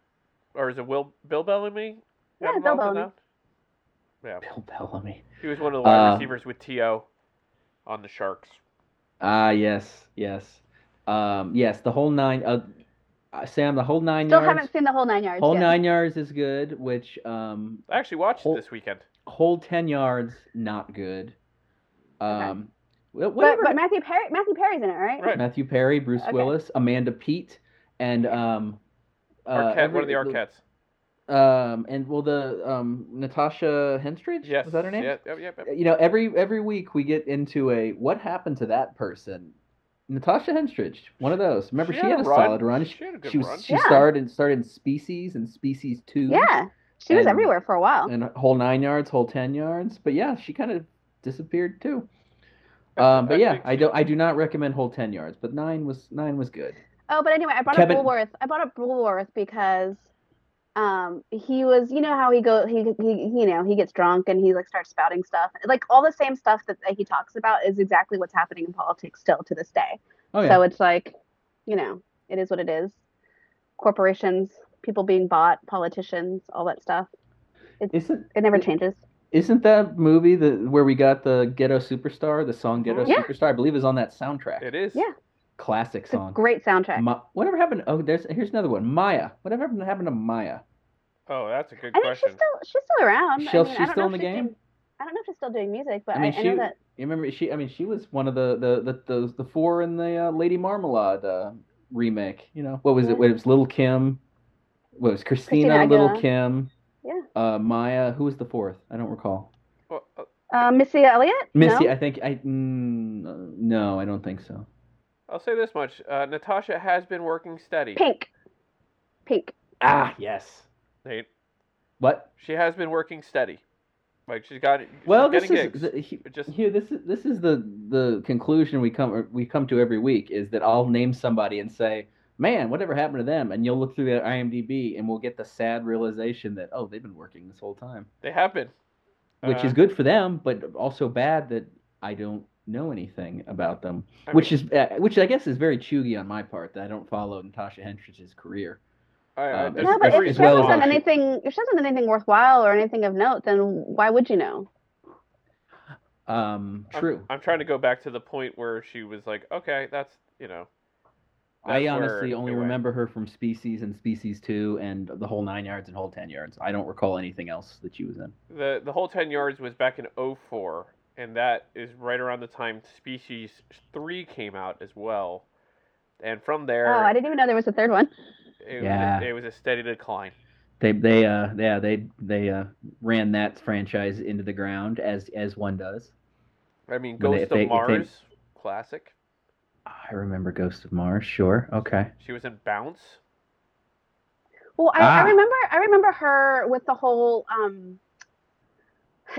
or is it Will Bill Bellamy?
Yeah,
got
Bill
involved in
Bellamy.
that? Yeah,
Bill Bellamy.
he was one of the wide
Uh,
receivers with To on the Sharks.
Ah yes, yes, um, yes. The whole nine. Uh, uh, Sam, the whole nine
still
yards.
haven't seen the whole nine yards
whole
yet.
nine yards is good, which um,
I actually watched
Hol-
it this weekend.
whole ten yards not good. Um, wh-
but,
whatever.
but Matthew Perry Matthew Perry's in it right
Right.
Matthew Perry, Bruce
Okay.
Willis, Amanda Peet, and um, uh,
Arquette, one of the
every-
Arquettes.
Um, and well, the um, Natasha Henstridge.
Yes.
was that her name?
Yep, yep, yep, yep.
You know, every every week we get into a what happened to that person. Natasha Henstridge, one of those. Remember, she, had a,
run.
solid run. She,
She had a good
she was
run.
she
Yeah.
starred and started in Species and Species Two.
yeah she was
And-
everywhere for a while
And whole nine yards, whole ten yards. But yeah, she kind of disappeared too. Um, but yeah,
think
I
she-
don't. I do not recommend whole ten yards, but nine was nine was good.
Oh, but anyway, I brought
Kevin-
up Woolworth. I brought up Woolworth because um he was you know how he go he, he you know he gets drunk and he like starts spouting stuff like all the same stuff that, that he talks about is exactly what's happening in politics still to this day
Oh yeah.
so it's like you know it is what it is corporations people being bought politicians all that stuff
Isn't
it never
It-
changes
isn't that movie the where we got the Ghetto Superstar, the song Ghetto
Yeah.
Superstar? I believe is on that soundtrack.
It is.
Yeah.
Classic
it's a
song.
great soundtrack
Ma- whatever happened? Oh, there's here's another one. Maya. Whatever happened, happened to Maya?
Oh, that's a good
i mean she's
question.
still she's still around I
She'll-
mean,
she's
I don't know
still in
if
the
she's
game?
doing- i don't know if she's still doing music but
I
i,
mean,
I
she-
know that
You remember she? I mean, she was one of the the the the, the four in the uh, Lady Marmalade uh, remake. You know what was it?
Yeah.
What, it was Little Kim. What was Christina?
Christina
Little
Aguilera.
Kim.
Yeah.
Uh, Maya. Who was the fourth? I don't recall.
Well, uh,
uh, missy elliott
Missy.
no?
I think I. Mm, uh, no, I don't think so.
I'll say this much: uh, Natasha has been working steady.
pink pink
Ah, yes.
Nate,
What?
she has been working steady. Like she's got. She's
Well, this
getting
is
gigs.
the, he-
It just
here. This is this is the the conclusion we come or we come to every week is that I'll name somebody and say, "Man, whatever happened to them?" And you'll look through their IMDb and we'll get the sad realization that oh, they've been working this whole time,
they have been.
which
Uh,
is good for them, but also bad that I don't know anything about them,
I
which
mean,
is uh, which I guess is very chuggy on my part that I don't follow Natasha Henstridge's career.
I, I,
um,
there's
No, but
as-
no
if
as
she
reason
well
why.
hasn't done
as-
anything, if she hasn't done anything worthwhile or anything of note, then why would you know?
Um,
I'm-
true.
I'm, trying to go back to the point where she was like, okay, that's you know.
I
That's where
honestly
it
only
went.
remember her from Species and Species Two and the whole nine yards and whole ten yards. I don't recall anything else that she was in.
The the whole ten yards was back in 04, and that is right around the time Species three came out as well, and from there,
Oh, I didn't even know there was a third one.
it,
Yeah.
was a, it was a steady decline.
They they uh yeah they they uh ran that franchise into the ground as as one does.
I mean,
When they-
Ghost
if they-
of
if they-
Mars, classic.
I remember Ghost of Mars. Sure. Okay.
She was in Bounce.
Well, I,
Ah.
I remember, I remember her with the whole. Um,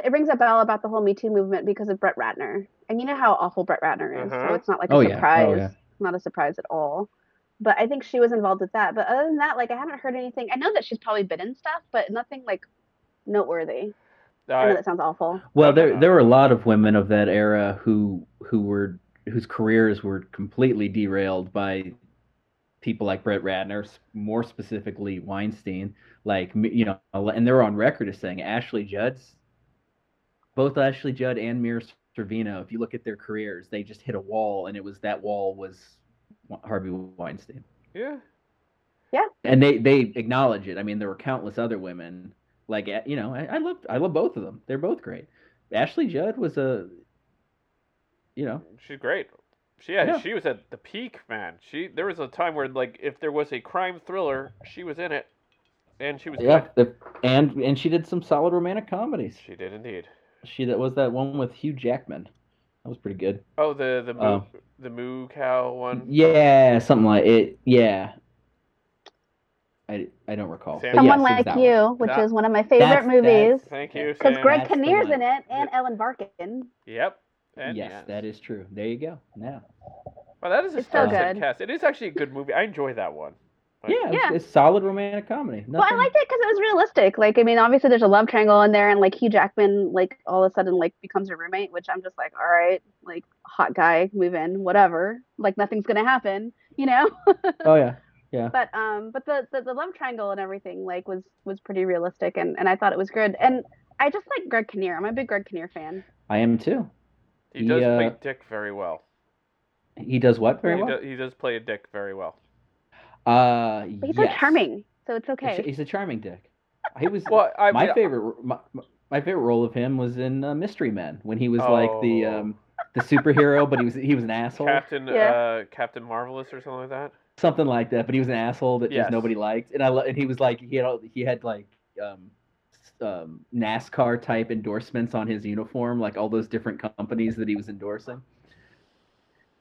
it rings a bell about the whole Me Too movement because of Brett Ratner, and you know how awful Brett Ratner is,
Uh-huh.
so it's not like
Oh,
a
yeah. Oh,
surprise,
yeah.
not a surprise at all. But I think she was involved with that. But other than that, like I haven't heard anything. I know that she's probably been in stuff, but nothing like noteworthy. I know
Uh,
that sounds awful.
Well,
no,
there
no.
there were a lot of women of that era who who were whose careers were completely derailed by people like Brett Ratner, s- more specifically Weinstein. Like m- you know, a lo- and they're on record as saying Ashley Judd's, both Ashley Judd and Mira Sorvino. If you look at their careers, they just hit a wall, and it was that wall was Wa- Harvey Weinstein.
yeah.
Yeah.
And they they acknowledge it. I mean, there were countless other women. Like eh, you know, I, I love I love both of them. They're both great. Ashley Judd was a, you know,
She's great. She yeah,
Yeah.
she was at the peak, man. She there was a time where like if there was a crime thriller, she was in it, and she was
yeah, the, and and she did some solid romantic comedies.
good. She did indeed.
She that was that one with Hugh Jackman. That was pretty good.
Oh, the the moo,
Oh.
the moo cow one.
Yeah, something like it. Yeah. I, I don't recall.
Sam-
But
Someone
yes, it was
Like
that
You,
one.
which
That-
is one of my favorite
that's-
movies.
Thank you,
Because
Sam.
Greg
That's the
Kinnear's
one.
in it and Ellen Barkin.
Yep. And
Yes, that is true. There you go. Now.
Well, that is a
It's so
star-studded
good.
cast. It is actually a good movie. I enjoy that one. Like,
Yeah,
Yeah.
It's, it's solid romantic comedy. Nothing,
Well, I liked it because it was realistic. Like, I mean, obviously there's a love triangle in there, and like Hugh Jackman, like all of a sudden, like becomes her roommate, which I'm just like, all right, like hot guy, move in, whatever. Like nothing's gonna happen, you know.
Oh yeah.
but um but the, the the love triangle and everything like was was pretty realistic and and i thought it was good and i just like greg kinnear i'm a big greg kinnear fan
I am too.
He does
Yeah.
play Dick very well.
He does what very
he,
well?
do- he does play a Dick very well.
Uh
but he's
yes.
so charming so it's
He's-
okay
He's a charming dick. He was
Well, I
my
mean,
favorite my, my favorite role of him was in uh, Mystery Men when he was like the
Oh.
um the superhero but he was he was an asshole.
Captain
Yeah.
uh, Captain Marvelous or something like that.
something like that. But he was an asshole that
Yes.
just nobody liked, and I lo- and he was like he had all, he had like um, s- um, NASCAR type endorsements on his uniform, like all those different companies that he was endorsing.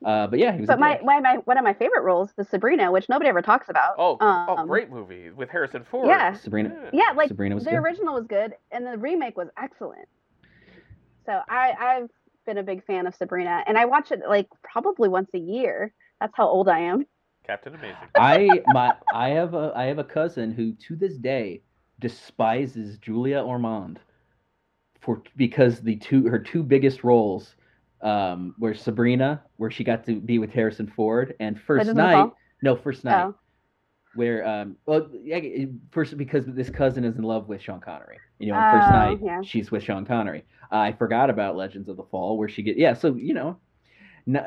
Uh, but yeah, he was.
but
a
my,
dick.
my my one of my favorite roles is sabrina which nobody ever talks about
Oh, oh,
Um,
great movie with Harrison Ford.
yeah.
Sabrina
yeah like
Sabrina was
the
good.
original was good and the remake was excellent so i i've been a big fan of sabrina and i watch it like probably once a year that's how old i am
Captain Amazing.
I my I have a I have a cousin who to this day despises Julia Ormond for because the two her two biggest roles um, were Sabrina, where she got to be with Harrison Ford, and First
Legends of the
Night.
Fall?
No, First Night.
Oh.
Where um well yeah, it- first because this cousin is in love with Sean Connery. You know, in First
Oh,
Night
yeah.
she's with Sean Connery. I forgot about Legends of the Fall where she get yeah. So you know, no,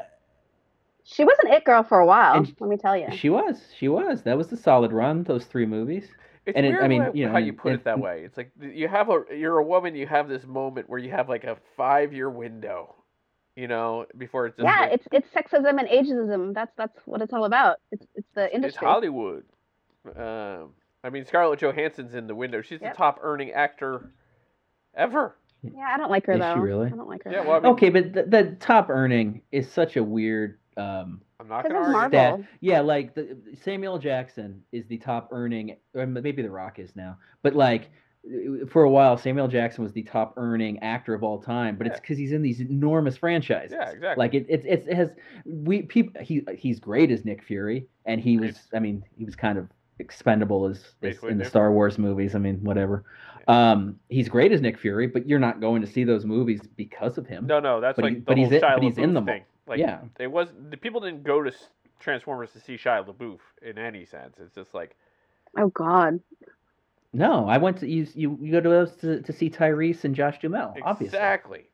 she was an it girl for a while
And-
let me tell you
she was she was that was the solid run. Those three movies.
It's
And it- I
weird
mean,
wha-
you know,
how
and-
you put
and-
it that way. It's like th- you have a you're a woman, you have this moment where you have like a five year window, you know, before it's just
yeah,
like,
it's it's sexism and ageism. That's that's what it's all about. It's it's the
it's
industry.
Hollywood. Um, I mean, Scarlett Johansson's in the window. She's
Yep.
the top earning actor ever.
yeah, I don't like her
Is she
though.
really?
I don't like her.
Yeah, well, I mean-
Okay, but the, the top earning is such a weird. Um,
I'm not
because
gonna
of
argue.
Marvel.
Stat- yeah, like the, Samuel Jackson is the top earning, or maybe The Rock is now, but like uh, for a while, Samuel Jackson was the top earning actor of all time. But it's
Yeah.
because he's in these enormous franchises.
Yeah, exactly.
Like it, it, it's it has we people. He he's great as Nick Fury, and he was. I mean, he was kind of expendable as, as
Basically
in the
Nick.
Star Wars movies. I mean, whatever. Um, he's great as Nick Fury, but you're not going to see those movies because of him.
No, no, that's
But
like
he-
the
but
whole
he's in-
Shia
but he's
LaBeouf
in them all.
thing. Like,
yeah.
it was the people didn't go to s- Transformers to see Shia LaBeouf in any sense. It's just like
Oh God.
No, I went to you. You, you go to those to, to see Tyrese and Josh Dumel. Obviously,
exactly.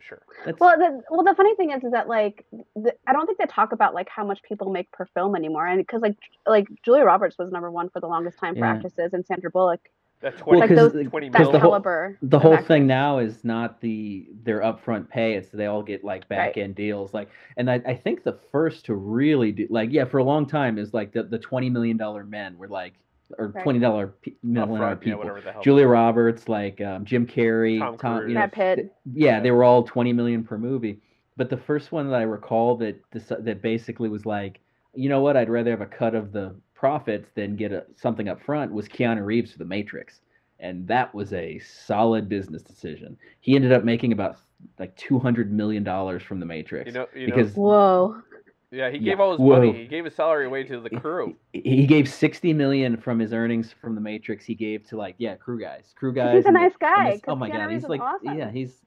Sure.
That's,
Well, the well the funny thing is is that like the, I don't think they talk about like how much people make per film anymore, and because like like Julia Roberts was number one for the longest time for
Yeah.
actresses, and Sandra Bullock.
That 20,
Well,
like
'cause-
those-
20
That
the
million.
whole-
caliber.
the
of
whole
actress.
thing now is not the their upfront pay; it's they all get like back end deals. Like, and I, I think the first to really do like yeah for a long time is like the the twenty million dollar men were like or
Right.
twenty dollar pe- million dollar
upfront, yeah,
people.
whatever the hell.
Julia Roberts, like um, Jim Carrey,
Tom
Tom,
Cruise.
you know,
Brad Pitt.
th- yeah, they were all 20 million per movie. But the first one that I recall that deci- that basically was like, you know what, I'd rather have a cut of the profits than get a, something up front was Keanu Reeves for The Matrix. And that was a solid business decision. He ended up making about like 200 million dollars from The Matrix.
You know, you know,
because
Whoa.
yeah, he
yeah,
gave all his
whoa.
money. He gave his salary away to the crew.
he- he gave 60 million from his eurnings from The Matrix. He gave to like, yeah, crew guys, crew guys.
He's a
and the-
nice
And
guy.
this- oh
'cause
my
Keanu
god,
Reeves
he's
is
like
awesome.
yeah, he's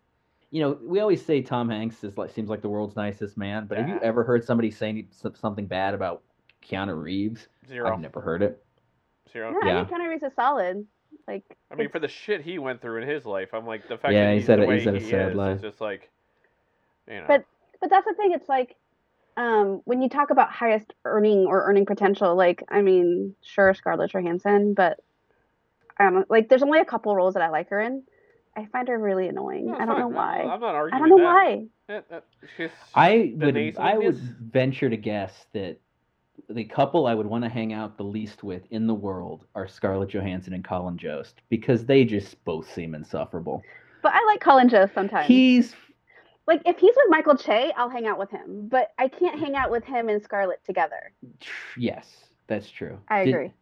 you know we always say Tom Hanks is like seems like the world's nicest man, but have you
Yeah.
ever heard somebody saying some- something bad about Keanu Reeves?
Zero.
I've never heard it.
Zero.
Yeah, I
Yeah.
think Keanu Reeves is solid. Like
I mean, for the shit he went through in his life, I'm like the fact
Yeah,
that
he's
he's the
had a-
way
he's had a
he
sad
is,
life.
is just like, you know.
But- But that's the thing. It's like um, when you talk about highest earning or earning potential, like I mean, sure, Scarlett Johansson, but um, like there's only a couple roles that I like her in. I find her really annoying.
No,
I don't
fine.
know
I'm,
why.
I'm not arguing.
I don't know
that.
why.
Yeah, that- she's-
I
The
would
nasal
I would
miss?
venture to guess that the couple I would want to hang out the least with in the world are Scarlett Johansson and Colin Jost because they just both seem insufferable.
But I like Colin Jost sometimes.
He's
like if he's with Michael Che, I'll hang out with him. But I can't hang out with him and Scarlett together.
yes, that's true.
I
Did-
agree.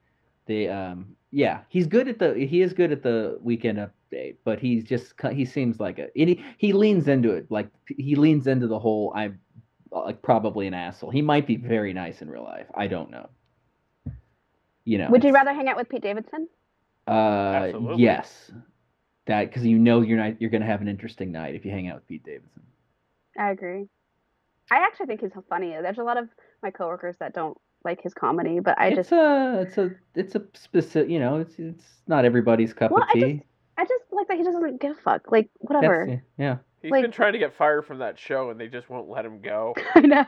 They um yeah, he's good at the he is good at the weekend update, but he's just ki- he seems like a and he, he leans into it like he leans into the whole I'm like probably an asshole. He might be very nice in real life. I don't know. You know.
Would you
it's-
rather hang out with Pete Davidson?
Uh,
Absolutely.
yes. That because you know you're not you're gonna have an interesting night if you hang out with Pete Davidson.
I agree. I actually think he's funny. There's a lot of my coworkers that don't like his comedy, but I
it's
just
a it's a it's a specific you know it's it's not everybody's cup
Well,
of
I
tea.
just- I just like that he doesn't give a fuck. Like
That's-
whatever.
yeah.
He's
Like-
been trying to get fired from that show, and they just won't let him go.
I know.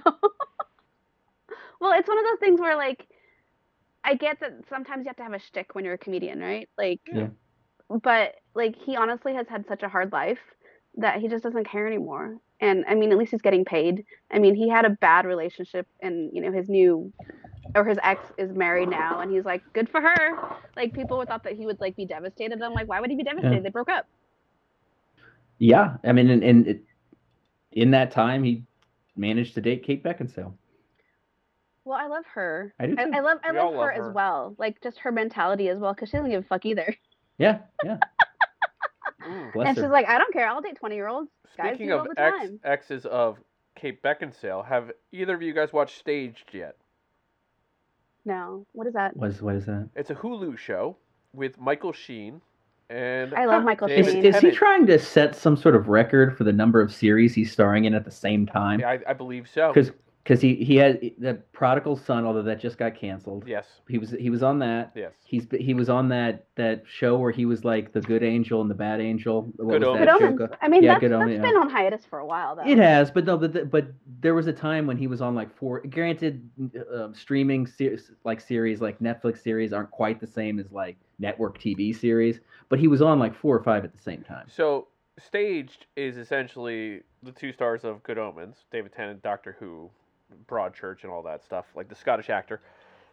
well, it's one of those things where like I get that sometimes you have to have a shtick when you're a comedian, right? Like
Yeah.
but like he honestly has had such a hard life that he just doesn't care anymore. And I mean, at least he's getting paid. I mean, he had a bad relationship and you know, his new or his ex is married now and he's like, Good for her. Like people thought that he would like be devastated. I'm like, why would he be devastated? They broke up.
Yeah, I mean, and, and it, in that time, he managed to date Kate Beckinsale.
Well, I love her.
I do
I,
too.
I love I
We all
love her,
love her.
as well. Like just her mentality as well, because she doesn't give a fuck either.
yeah, yeah.
Mm.
Bless
and
her.
she's like, I don't care. I'll date twenty year olds. Guys
Speaking
do it
of
all the
ex-
time.
exes of Kate Beckinsale, have either of you guys watched Staged yet?
No, what is that?
what is what is that?
It's a Hulu show with Michael Sheen, and
I love Michael
David
Is,
Shane.
is he
Tennant.
trying to set some sort of record for the number of series he's starring in at the same time?
I, I believe so.
because because he he had the prodigal son although that just got canceled
Yes,
he was he was on that
yes.
he's he was on that that show where he was like the good angel and the bad angel
Good
what was
Omens.
Good
that show
Omens.
called?
I mean,
Yeah,
that's,
Good
that's
Omens, yeah.
been on hiatus for a while, though.
it has but no but the, but there was a time when he was on like four granted uh, streaming series like series like netflix series aren't quite the same as like network tv series but he was on like four or five at the same time
So Staged is essentially the two stars of Good Omens, David Tennant, Doctor Who, Broadchurch, and all that stuff, like the Scottish actor.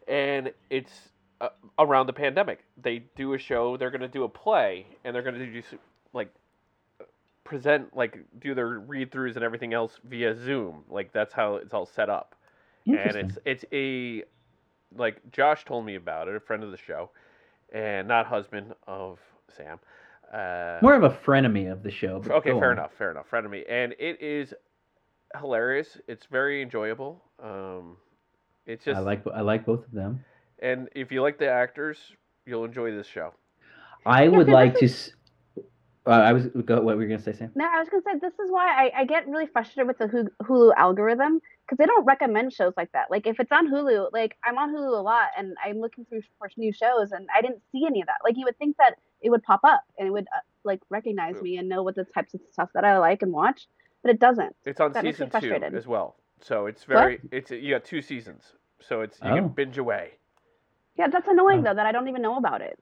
And it's uh, around the pandemic. They do a show. They're going to do a play, and they're going to do s- like present, like do their read throughs and everything else via Zoom. Like that's how it's all set up and
Interesting.
it's it's a like Josh told me about it, a friend of the show, and not husband of Sam. Uh,
more of a frenemy of the show but
okay,
go
fair
on.
enough, fair enough, friend of me, and it is hilarious. It's very enjoyable. Um, it's just
i like i like both of them
and if you like the actors, you'll enjoy this show.
I
Yeah,
would
but
like to. S- uh, I was go, what were you gonna say, Sam?
No, I was gonna say this is why I, I get really frustrated with the Hu- Hulu algorithm because they don't recommend shows like that. Like if it's on Hulu, like I'm on Hulu a lot and I'm looking through for new shows and I didn't see any of that. Like you would think that it would pop up and it would uh, like recognize me and know what the types of stuff that I like and watch, but it doesn't.
It's on
That makes me
season two
frustrated.
as well, so it's very it's you got two seasons, so it's you
Oh.
can binge away,
Yeah, that's annoying
Oh.
though that I don't even know about it.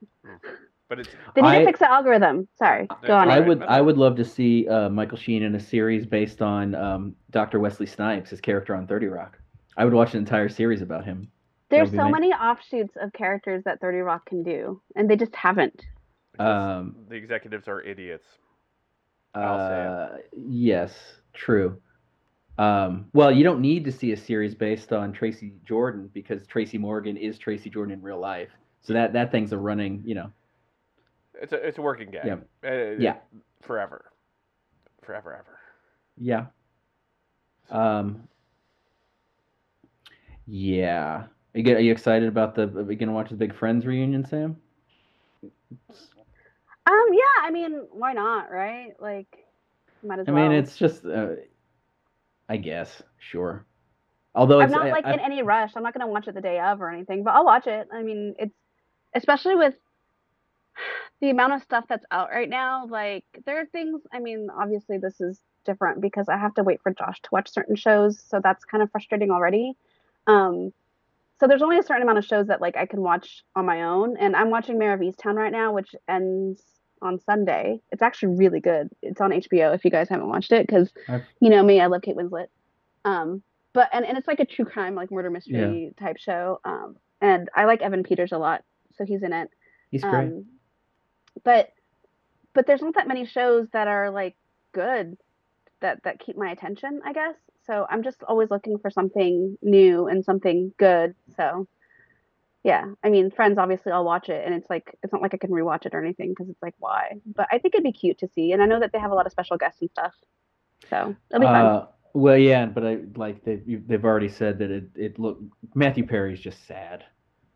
but it's
They need
I-
to fix the algorithm. Sorry, go on.
All
I
right,
would
bye-bye.
I would love to see uh, Michael Sheen in a series based on um, Dr. Wesley Snipes, his character on Thirty Rock. I would watch an entire series about him.
There's
would be
so
nice.
many offshoots of characters that 30 Rock can do, and they just haven't.
because
Um,
the executives are idiots. I'll say it.
uh, yes, true. Um, well, you don't need to see a series based on Tracy Jordan because Tracy Morgan is Tracy Jordan in real life. So that that thing's a running, you know.
It's a it's a working gag. Uh, Yeah.
Yeah.
Forever. Forever ever.
Yeah. Um. Yeah. You get, are you excited about the? Are we gonna watch the Big Friends reunion, Sam?
Um, yeah, I mean, why not, right? Like, might as
I
well.
mean, it's just. Uh, I guess. Sure. Although
I'm
it's.
not
I-
like
I-
in any rush. I'm not gonna watch it the day of or anything, but I'll watch it. I mean, it's especially with the amount of stuff that's out right now. Like, there are things. I mean, obviously, this is different because I have to wait for Josh to watch certain shows, so that's kind of frustrating already. Um, so there's only a certain amount of shows that like I can watch on my own, and I'm watching Mayor of Easttown right now, which ends on Sunday. It's actually really good. It's on HBO if you guys haven't watched it, because
I've-
you know me, I love Kate Winslet. Um, but and, and it's like a true crime, like murder mystery type show. Um, and I like Evan Peters a lot, so he's in it.
He's great.
Um, but but there's not that many shows that are like good that that keep my attention, I guess. So I'm just always looking for something new and something good. So yeah, I mean, Friends obviously I'll watch it, and it's like it's not like I can rewatch it or anything because it's like why? But I think it'd be cute to see, and I know that they have a lot of special guests and stuff. So it'll be fun.
Uh, well, yeah, but I like they you- they've already said that it it look Matthew Perry's just sad.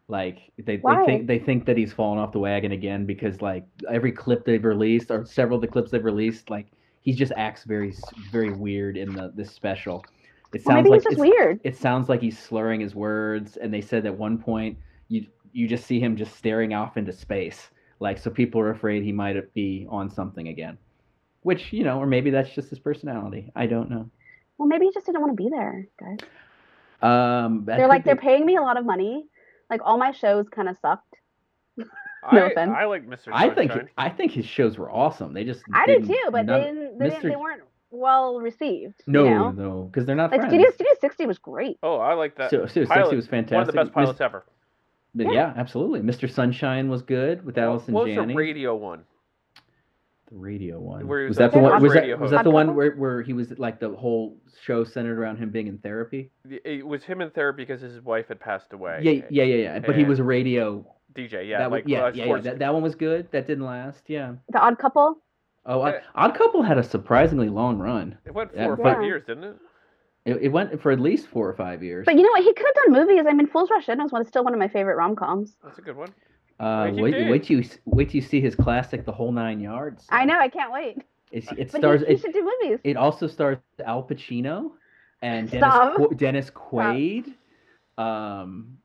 Like they, they
Why?
think they think that he's fallen off the wagon again because like every clip they've released or several of the clips they've released, like he just acts very s- very weird in the this special. It
Well,
sounds
maybe
like
it's just
it's-
weird.
it sounds like he's slurring his words and they said at one point you you just see him just staring off into space like so people are afraid he might be on something again which you know or maybe that's just his personality i don't know
Well, maybe he just didn't want to be there, guys.
um that
They're
could
like they're
be-
paying me a lot of money. Like all my shows kind of sucked. No
I,
offense.
I like Mr.
i think
Sunshine.
i think his shows were awesome they just
I
didn't,
do too,
none-
but they didn't, they, didn't,
Mr.
they weren't well received.
no
you know?
no because they're not
like
friends
Studio Studio 60 was great.
Oh, I like that.
so, so
pilot-
sexy was fantastic
One of the best
Mis-
pilots ever.
yeah. absolutely mr sunshine was good with allison
what was
janney
the radio one?
The radio one.
Where he was
was
a
that the
famous
one? Was
radio
that, was that the
host.
one where, where he was like the whole show centered around him being in therapy?
It was him in therapy because his wife had passed away.
Yeah, yeah, yeah, yeah. But he
And-
was a radio.
DJ, yeah,
that was,
like
yeah,
uh,
yeah, yeah.
sports-
That, that one was good. That didn't last. Yeah.
The Odd Couple.
Oh,
Yeah.
Odd, Odd Couple had a surprisingly long run.
It went four
Yeah,
or
but-
five years, didn't it?
It, it went for at least four or five years.
But you know what? He could have done movies. I mean, Fools Rush In was one, still one of my favorite rom coms.
That's a good one.
Uh,
he
wait,
did.
wait till you s- wait till you see his classic, The Whole Nine Yards.
I know. I can't wait.
It's, it
But
stars.
he, he
it,
should do movies.
It also stars Al Pacino and Dennis,
Stop.
Qu- Dennis Quaid. Um,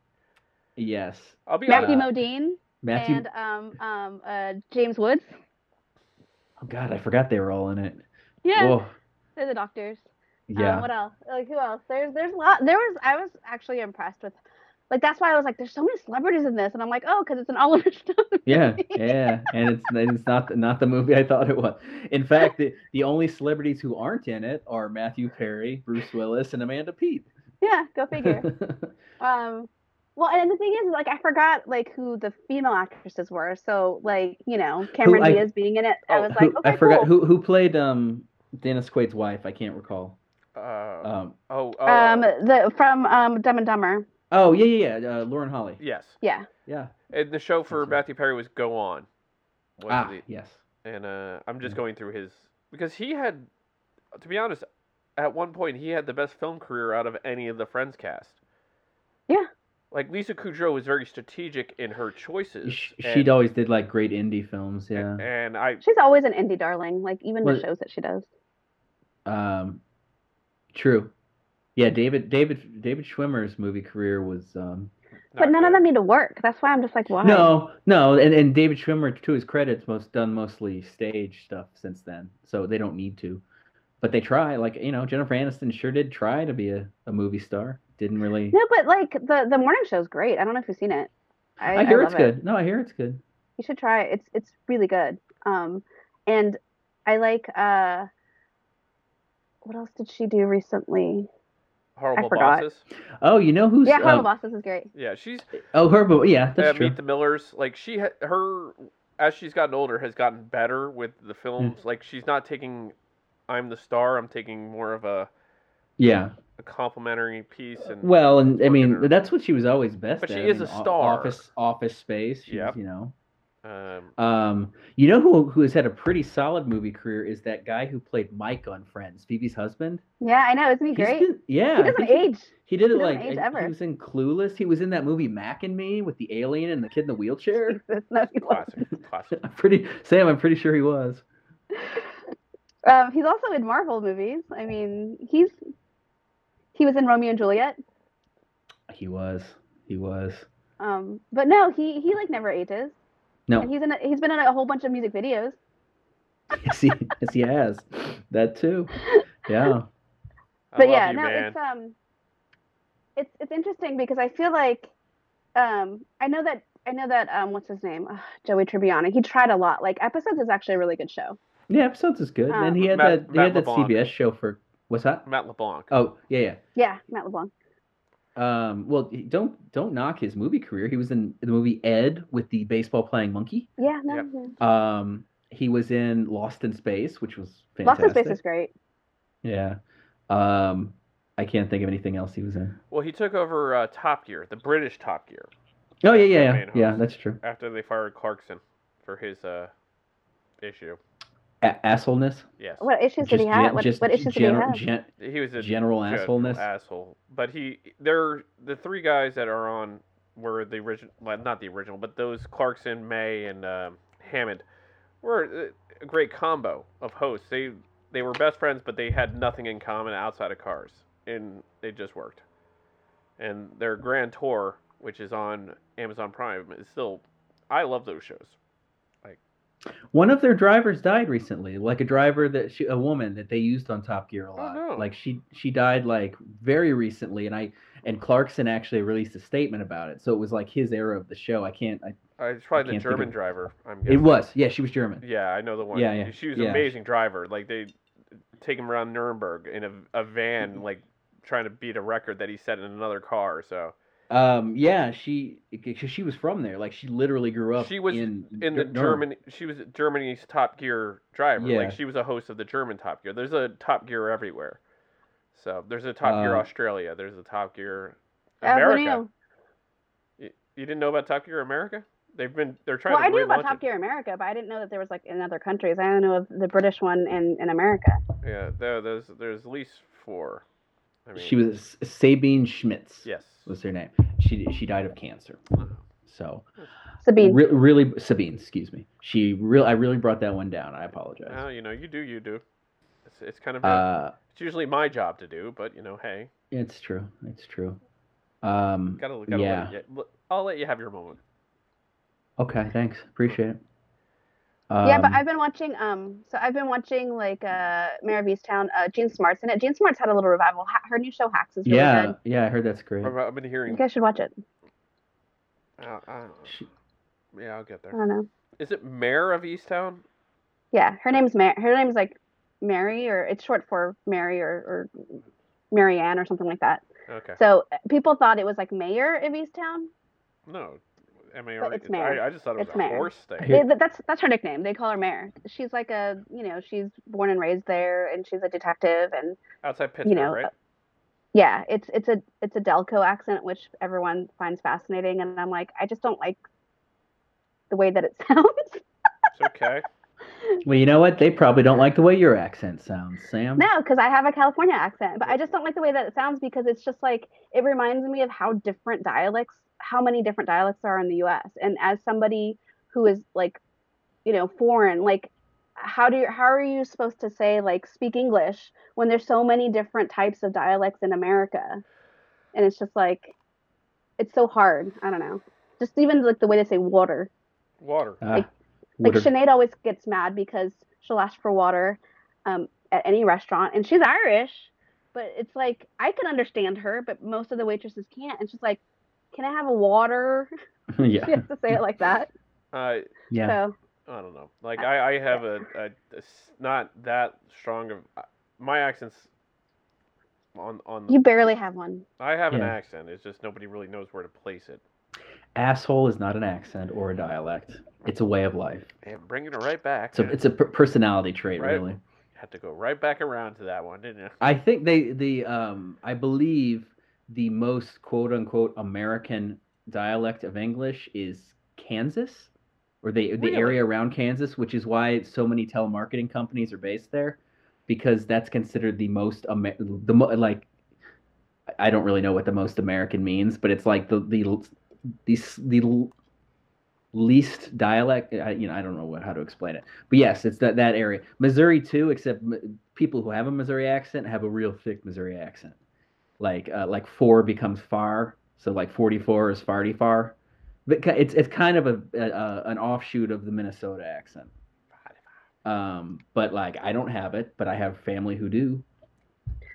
yes,
I'll be
Matthew
uh,
Modine
Matthew.
and um um uh James Woods.
oh God, I forgot they were all in it.
Yeah,
Whoa.
they're the doctors.
Oh. Yeah.
Um, what else? Like who else? There's there's a lot. There was I was actually impressed with. Like that's why I was like, there's so many celebrities in this, and I'm like, oh, because it's an Oliver Stone.
yeah. Yeah. And it's and it's not not the movie I thought it was. In fact, the, the only celebrities who aren't in it are Matthew Perry, Bruce Willis, and Amanda Pete.
yeah, go figure. Um, well, and the thing is, like, I forgot like who the female actresses were. So, like, you know, Cameron
I-
Diaz being in it, I
Oh,
was like,
Who-
okay,
I forgot
cool.
who who played um Dennis Quaid's wife. I can't recall.
Uh,
Um,
oh, oh,
Um, the from um Dumb and Dumber.
oh yeah yeah yeah. Uh, Lauren Holly.
yes.
Yeah,
Yeah.
And the show for
That's right.
Matthew Perry was Go On. Was
Ah
the-
yes.
and uh, I'm just
Mm-hmm.
Mhm.
going through his because he had, to be honest, at one point he had the best film career out of any of the Friends cast.
Yeah.
Like Lisa Kudrow was very strategic in her choices.
She,
and-
she'd always did like great indie films. Yeah.
and, and I
she's always an indie darling. Like even
Well-
the shows that she does.
Um, true. Yeah, David David David Schwimmer's movie career was um
But
not
none of
good.
them need to work. That's why I'm just like, why?
no no and, and David Schwimmer to his credits most done mostly stage stuff since then so they don't need to but they try like you know Jennifer Aniston sure did try to be a, a movie star didn't really
No, but like the the morning show's great. I don't know if you've seen it. I,
I hear
love
it's
it.
good no I hear it's good
You should try it. It's it's really good. Um, and I like uh, what else did she do recently?
horrible
forgot.
bosses.
oh you know who's
Yeah,
uh,
Horrible Bosses is great.
Yeah, she's
oh her but yeah that's
uh,
true
Meet the Millers. Like she, ha- her, as she's gotten older, has gotten better with the
Mm.
films. Like she's not taking, I'm the star. I'm taking more of a,
yeah
a complimentary piece. And
well and I
Working
mean
her-
that's what she was always best
But
at.
she
I
is
mean,
a
o-
star.
office office space she's,
Yep.
you know
um,
Um, you know who who has had a pretty solid movie career is that guy who played Mike on Friends, Phoebe's husband.
Yeah, I know. Isn't he
He's
great?
been- yeah, I
he doesn't
think he-
age.
He did it
doesn't
like
age
I-
ever.
he was in Clueless. He was in that movie Mac and Me with the alien and the kid in the wheelchair.
Jesus, no, he wasn't.
classic, classic.
I'm pretty Sam. I'm pretty sure he was.
Um, he's also in Marvel movies. I mean, he's he was in Romeo and Juliet.
He was. He was.
Um, but no, he he like never ages.
No.
And he's in a, he's been in a whole bunch of music videos.
yes, he, yes, he has. That too. Yeah.
I
but
love
yeah,
you,
no,
man.
it's um, it's it's interesting because I feel like, um, I know that I know that um, what's his name, Ugh, Joey Tribbiani. He tried a lot. Like episodes is actually a really good show.
Yeah, episodes is
Uh,
good. and he had
Matt-
that he
Matt
had that
LeBlanc. Mm-hmm.
CBS show for what's that?
Matt LeBlanc.
Oh, yeah,
Yeah, Matt LeBlanc.
yeah. Um, well, he- don't don't knock his movie career. He was in the movie Ed with the baseball playing monkey.
Yeah, no,
Yep.
no.
Um, he was in Lost in Space, which was
Lost
fantastic.
in Space is great.
Yeah. Um, I can't think of anything else he was in.
Well, he took over uh, Top Gear, the British Top Gear,
Oh yeah, yeah, yeah.
Main
Yeah,
host.
that's true.
after they fired Clarkson for his uh, issue.
A- assholeness.
Yes,
What issues did
Just
he have?
gen-
what,
just
what issues
general-
did he have?
gen-
he was a
general
good
assholeness.
asshole. But he, they're the three guys that are on were the original, well, not the original, but those Clarkson, May, and um, Hammond were uh, a great combo of hosts. They they were best friends, but they had nothing in common outside of cars, and they just worked. And their Grand Tour, which is on Amazon Prime, is still. I love those shows.
One of their drivers died recently, like a driver that she, a woman that they used on Top Gear a lot.
Oh, no.
Like she she died like very recently, and I and Clarkson actually released a statement about it. So it was like his era of the show. I can't. I,
I, it's probably the
can't think of-
German driver. I'm
it
guessing.
was yeah, she was German.
Yeah, I know the one.
Yeah, yeah,
She was
yeah.
an amazing driver. Like they take him around Nuremberg in a, a
Mm-hmm.
van, like trying to beat a record that he set in another car. So
Um, yeah, she because she was from there. Like she literally grew up.
she was
in,
in, the
Ger-
German. She was Germany's Top Gear driver.
Yeah.
Like she was a host of the German Top Gear. There's a Top Gear everywhere. So there's a Top Gear
Um,
Australia. There's a Top Gear
Uh, who
America.
knew?
You, you didn't know about Top Gear America? They've been they're trying
Well,
to
I knew about
relaunch
Top
it.
Gear America, but I didn't know that there was like in other countries. I only know of the British one in, in America.
Yeah, there, there's there's at least four. I mean,
She was Sabine Schmitz.
yes.
was her name. She she died of cancer. So
Sabine.
Re- really Sabine, excuse me. She real I really brought that one down. I
Well,
apologize.
you know, you do, you do. It's, it's kind of
Uh,
it's usually my job to do, but you know, hey,
it's true. It's true. Um,
gotta, gotta
yeah.
let you, l- I'll let you have your moment.
Okay. Thanks. Appreciate it. Um,
yeah, but I've been watching. Um, so I've been watching like uh, Mayor of Easttown. Uh, Gene Smart's in it. Gene Smart's had a little revival. Ha- her new show Hacks is really
yeah,
good.
yeah. I heard that's great.
I've, I've been
You
hearing.
guys should watch it.
Uh, I don't know.
She,
Yeah, I'll get
I
there.
don't know.
Is it Mayor of Easttown?
Yeah, her name's Mar- her name's like Mary, or it's short for Mary or, or Mary Ann or something like that.
Okay.
So uh, people thought it was like Mayor of Easttown.
No, M A
But
R.
it's Mayor.
I, I just thought it was
It's
a
Mayor.
horse thing.
Here-
They, th- that's that's her nickname. They call her Mayor. She's like a you know she's born and raised there, and she's a detective. And
Outside Pittsburgh,
you know, uh,
right?
yeah, it's it's a it's a Delco accent, which everyone finds fascinating. And I'm like, I just don't like the way that it sounds.
It's okay.
well, you know what? They probably don't like the way your accent sounds, Sam.
no, because I have a California accent, but I just don't like the way that it sounds because it's just like it reminds me of how different dialects, how many different dialects there are in the U.S. And as somebody who is like, you know, foreign, like. How do you, how are you supposed to say like speak English when there's so many different types of dialects in America? And it's just like it's so hard. I don't know. Just even like the way they say water.
Water.
Ah,
like- Like
water.
Sinead always gets mad because she'll ask for water um, at any restaurant, and she's Irish, but it's like I can understand her, but most of the waitresses can't, and she's like, "Can I have a water?"
yeah.
She has to say it like that.
Uh,
Yeah.
So
I don't know. Like I, I have a, a- a s- not that strong of uh, my accents on on
you barely have one.
I have an
Yeah.
accent. It's just nobody really knows where to place it.
Asshole is not an accent or a dialect. It's a way of life.
And bringing it right back.
It's a, it's a per- personality trait,
Right.
really.
had to go right back around to that one, didn't you?
I think they the um I believe the most quote unquote American dialect of English is Kansas or the the
Really?
area around Kansas, which is why so many telemarketing companies are based there because that's considered the most Amer- the mo- like I don't really know what the most American means, but it's like the the l- the, s- the l- least dialect I, you know I don't know what, how to explain it. But yes, it's that that area. Missouri too, except m- people who have a Missouri accent have a real thick Missouri accent. Like uh, like four becomes far, so like forty four is farty far. But ki- it's it's kind of a, a, a an offshoot of the Minnesota accent. Um, but like I don't have it, but I have family who do.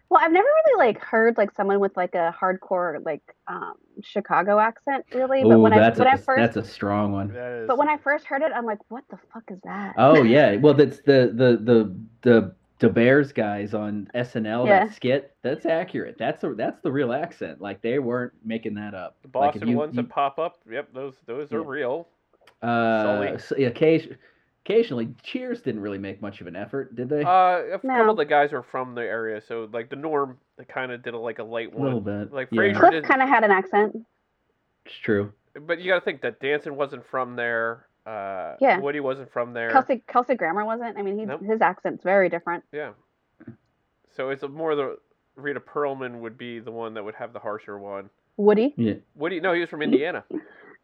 Well, I've never really like heard like someone with like a hardcore like um Chicago accent really. But
Oh,
when I
that's
when
a
I first
that's a strong one.
That is,
but when I first heard it, I'm like, what the fuck is that?
Oh yeah, well that's the the the the the Bears guys on SNL
Yeah.
that skit. That's accurate. That's a that's the real accent. Like they weren't making that up.
the
Like, if
Boston
you-
ones
you-
that pop up, yep, those those are
Yeah.
real. Sully.
Uh, so, yeah, occasion, occasionally, Cheers didn't really make much of an effort, did they?
Uh, a couple
No.
of the guys are from the area, so like the norm, they kind of did a, like a light
a little
one.
bit.
like
yeah,
Frasier-
Cliff
did-
kind of had an accent.
it's true.
But you got to think that Danson wasn't from there. Uh,
Yeah.
Woody wasn't from there.
Kelsey Kelsey Grammer wasn't. I mean, he,
Nope.
his accent's very different.
Yeah. So it's a more the Rita Perlman would be the one that would have the harsher one.
Woody?
Yeah,
Woody, no, he was from Indiana.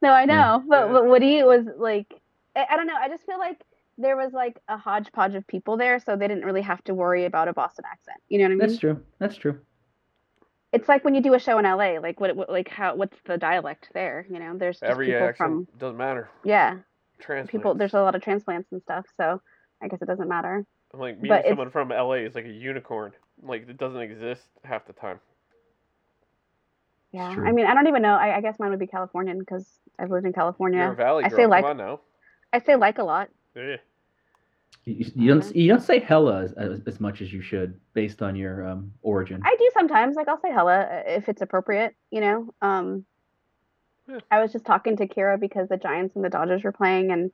No, I know, but
Yeah.
but Woody was like, I, I don't know. I just feel like there was like a hodgepodge of people there, so they didn't really have to worry about a Boston accent. You know what I mean?
that's true. That's true.
it's like when you do a show in LA, like what, what like how what's the dialect there? You know, there's just
Every
people
action
from
doesn't matter.
yeah,
Trans
people. There's a lot of transplants and stuff, so I guess it doesn't matter.
I'm like meeting
but it's-
someone from LA is like a unicorn. Like it doesn't exist half the time.
Yeah,
true.
I mean, I don't even know. I, I guess mine would be Californian because I've lived in
You're
California.
a valley
I
girl.
say
Come
like-
on now.
I say like a lot.
Eh.
You, you don't you don't say hella as, as, as much as you should based on your um, origin.
I do sometimes. Like I'll say hella uh, if it's appropriate. You know. Um,
Yeah.
I was just talking to Kira because the Giants and the Dodgers were playing and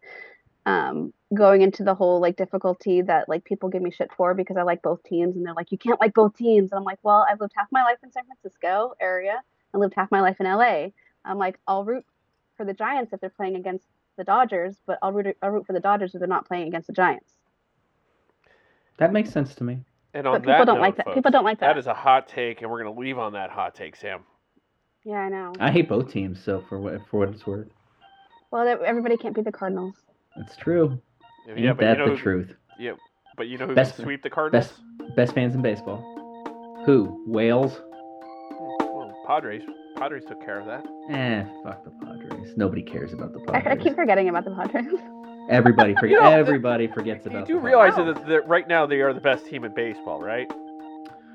um going into the whole like difficulty that like people give me shit for because I like both teams and they're like you can't like both teams and I'm like well I've lived half my life in San Francisco area and lived half my life in LA I'm like I'll root for the Giants if they're playing against the Dodgers but I'll root I'll root for the Dodgers if they're not playing against the Giants
that makes sense to me.
And on
people
that
don't
note,
like that. People
folks,
don't like
That
that.
is a hot take, and we're gonna leave on that hot take, Sam.
yeah I know
I hate both teams. So for what for what it's worth,
well that- everybody can't beat the Cardinals
that's true.
Yeah,
Ain't
but you
that
know
the
who,
truth?
Yeah, but you know who
Best-
can sweep the Cardinals?
Best fans in baseball. Who? Wales?
Hmm, Well, Padres. Padres took care of that.
Eh, fuck the Padres. Nobody cares about the
I, I
Padres.
keep forgetting about the Padres
Everybody forget.
You know, the-
everybody forgets
You
about.
do
the
realize
Padres.
that, that right now they are the best team in baseball, right?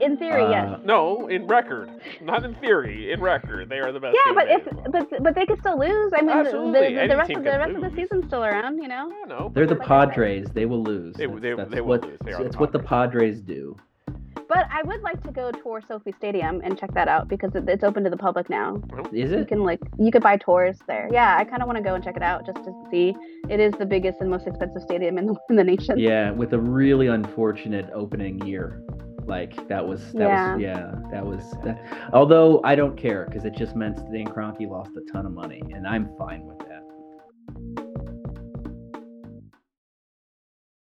in theory yes
Uh,
No, in record, not in theory. In record, they are the best.
Yeah,
team
but
in
it's
baseball.
but but they could still lose. I mean, the-
Absolutely,
the, the,
any
rest
team
of the
can
rest of
lose.
the season's still around, you
I
know.
don't know.
They're the
Like I said.
Padres. They will lose.
They-
That's-
they-
that's
they will
what,
lose. They are
It's
the
what the Padres do.
But I would like to go tour Sophie Stadium and check that out because it, it's open to the public now.
Is
You
it?
can like you could buy tours there. Yeah, I kind of want to go and check it out just to see. It is the biggest and most expensive stadium in the, in the nation.
Yeah, with a really unfortunate opening year. Like that was that was yeah that was that. Although I don't care because it just meant Zane Kroenke lost a ton of money and I'm fine with that.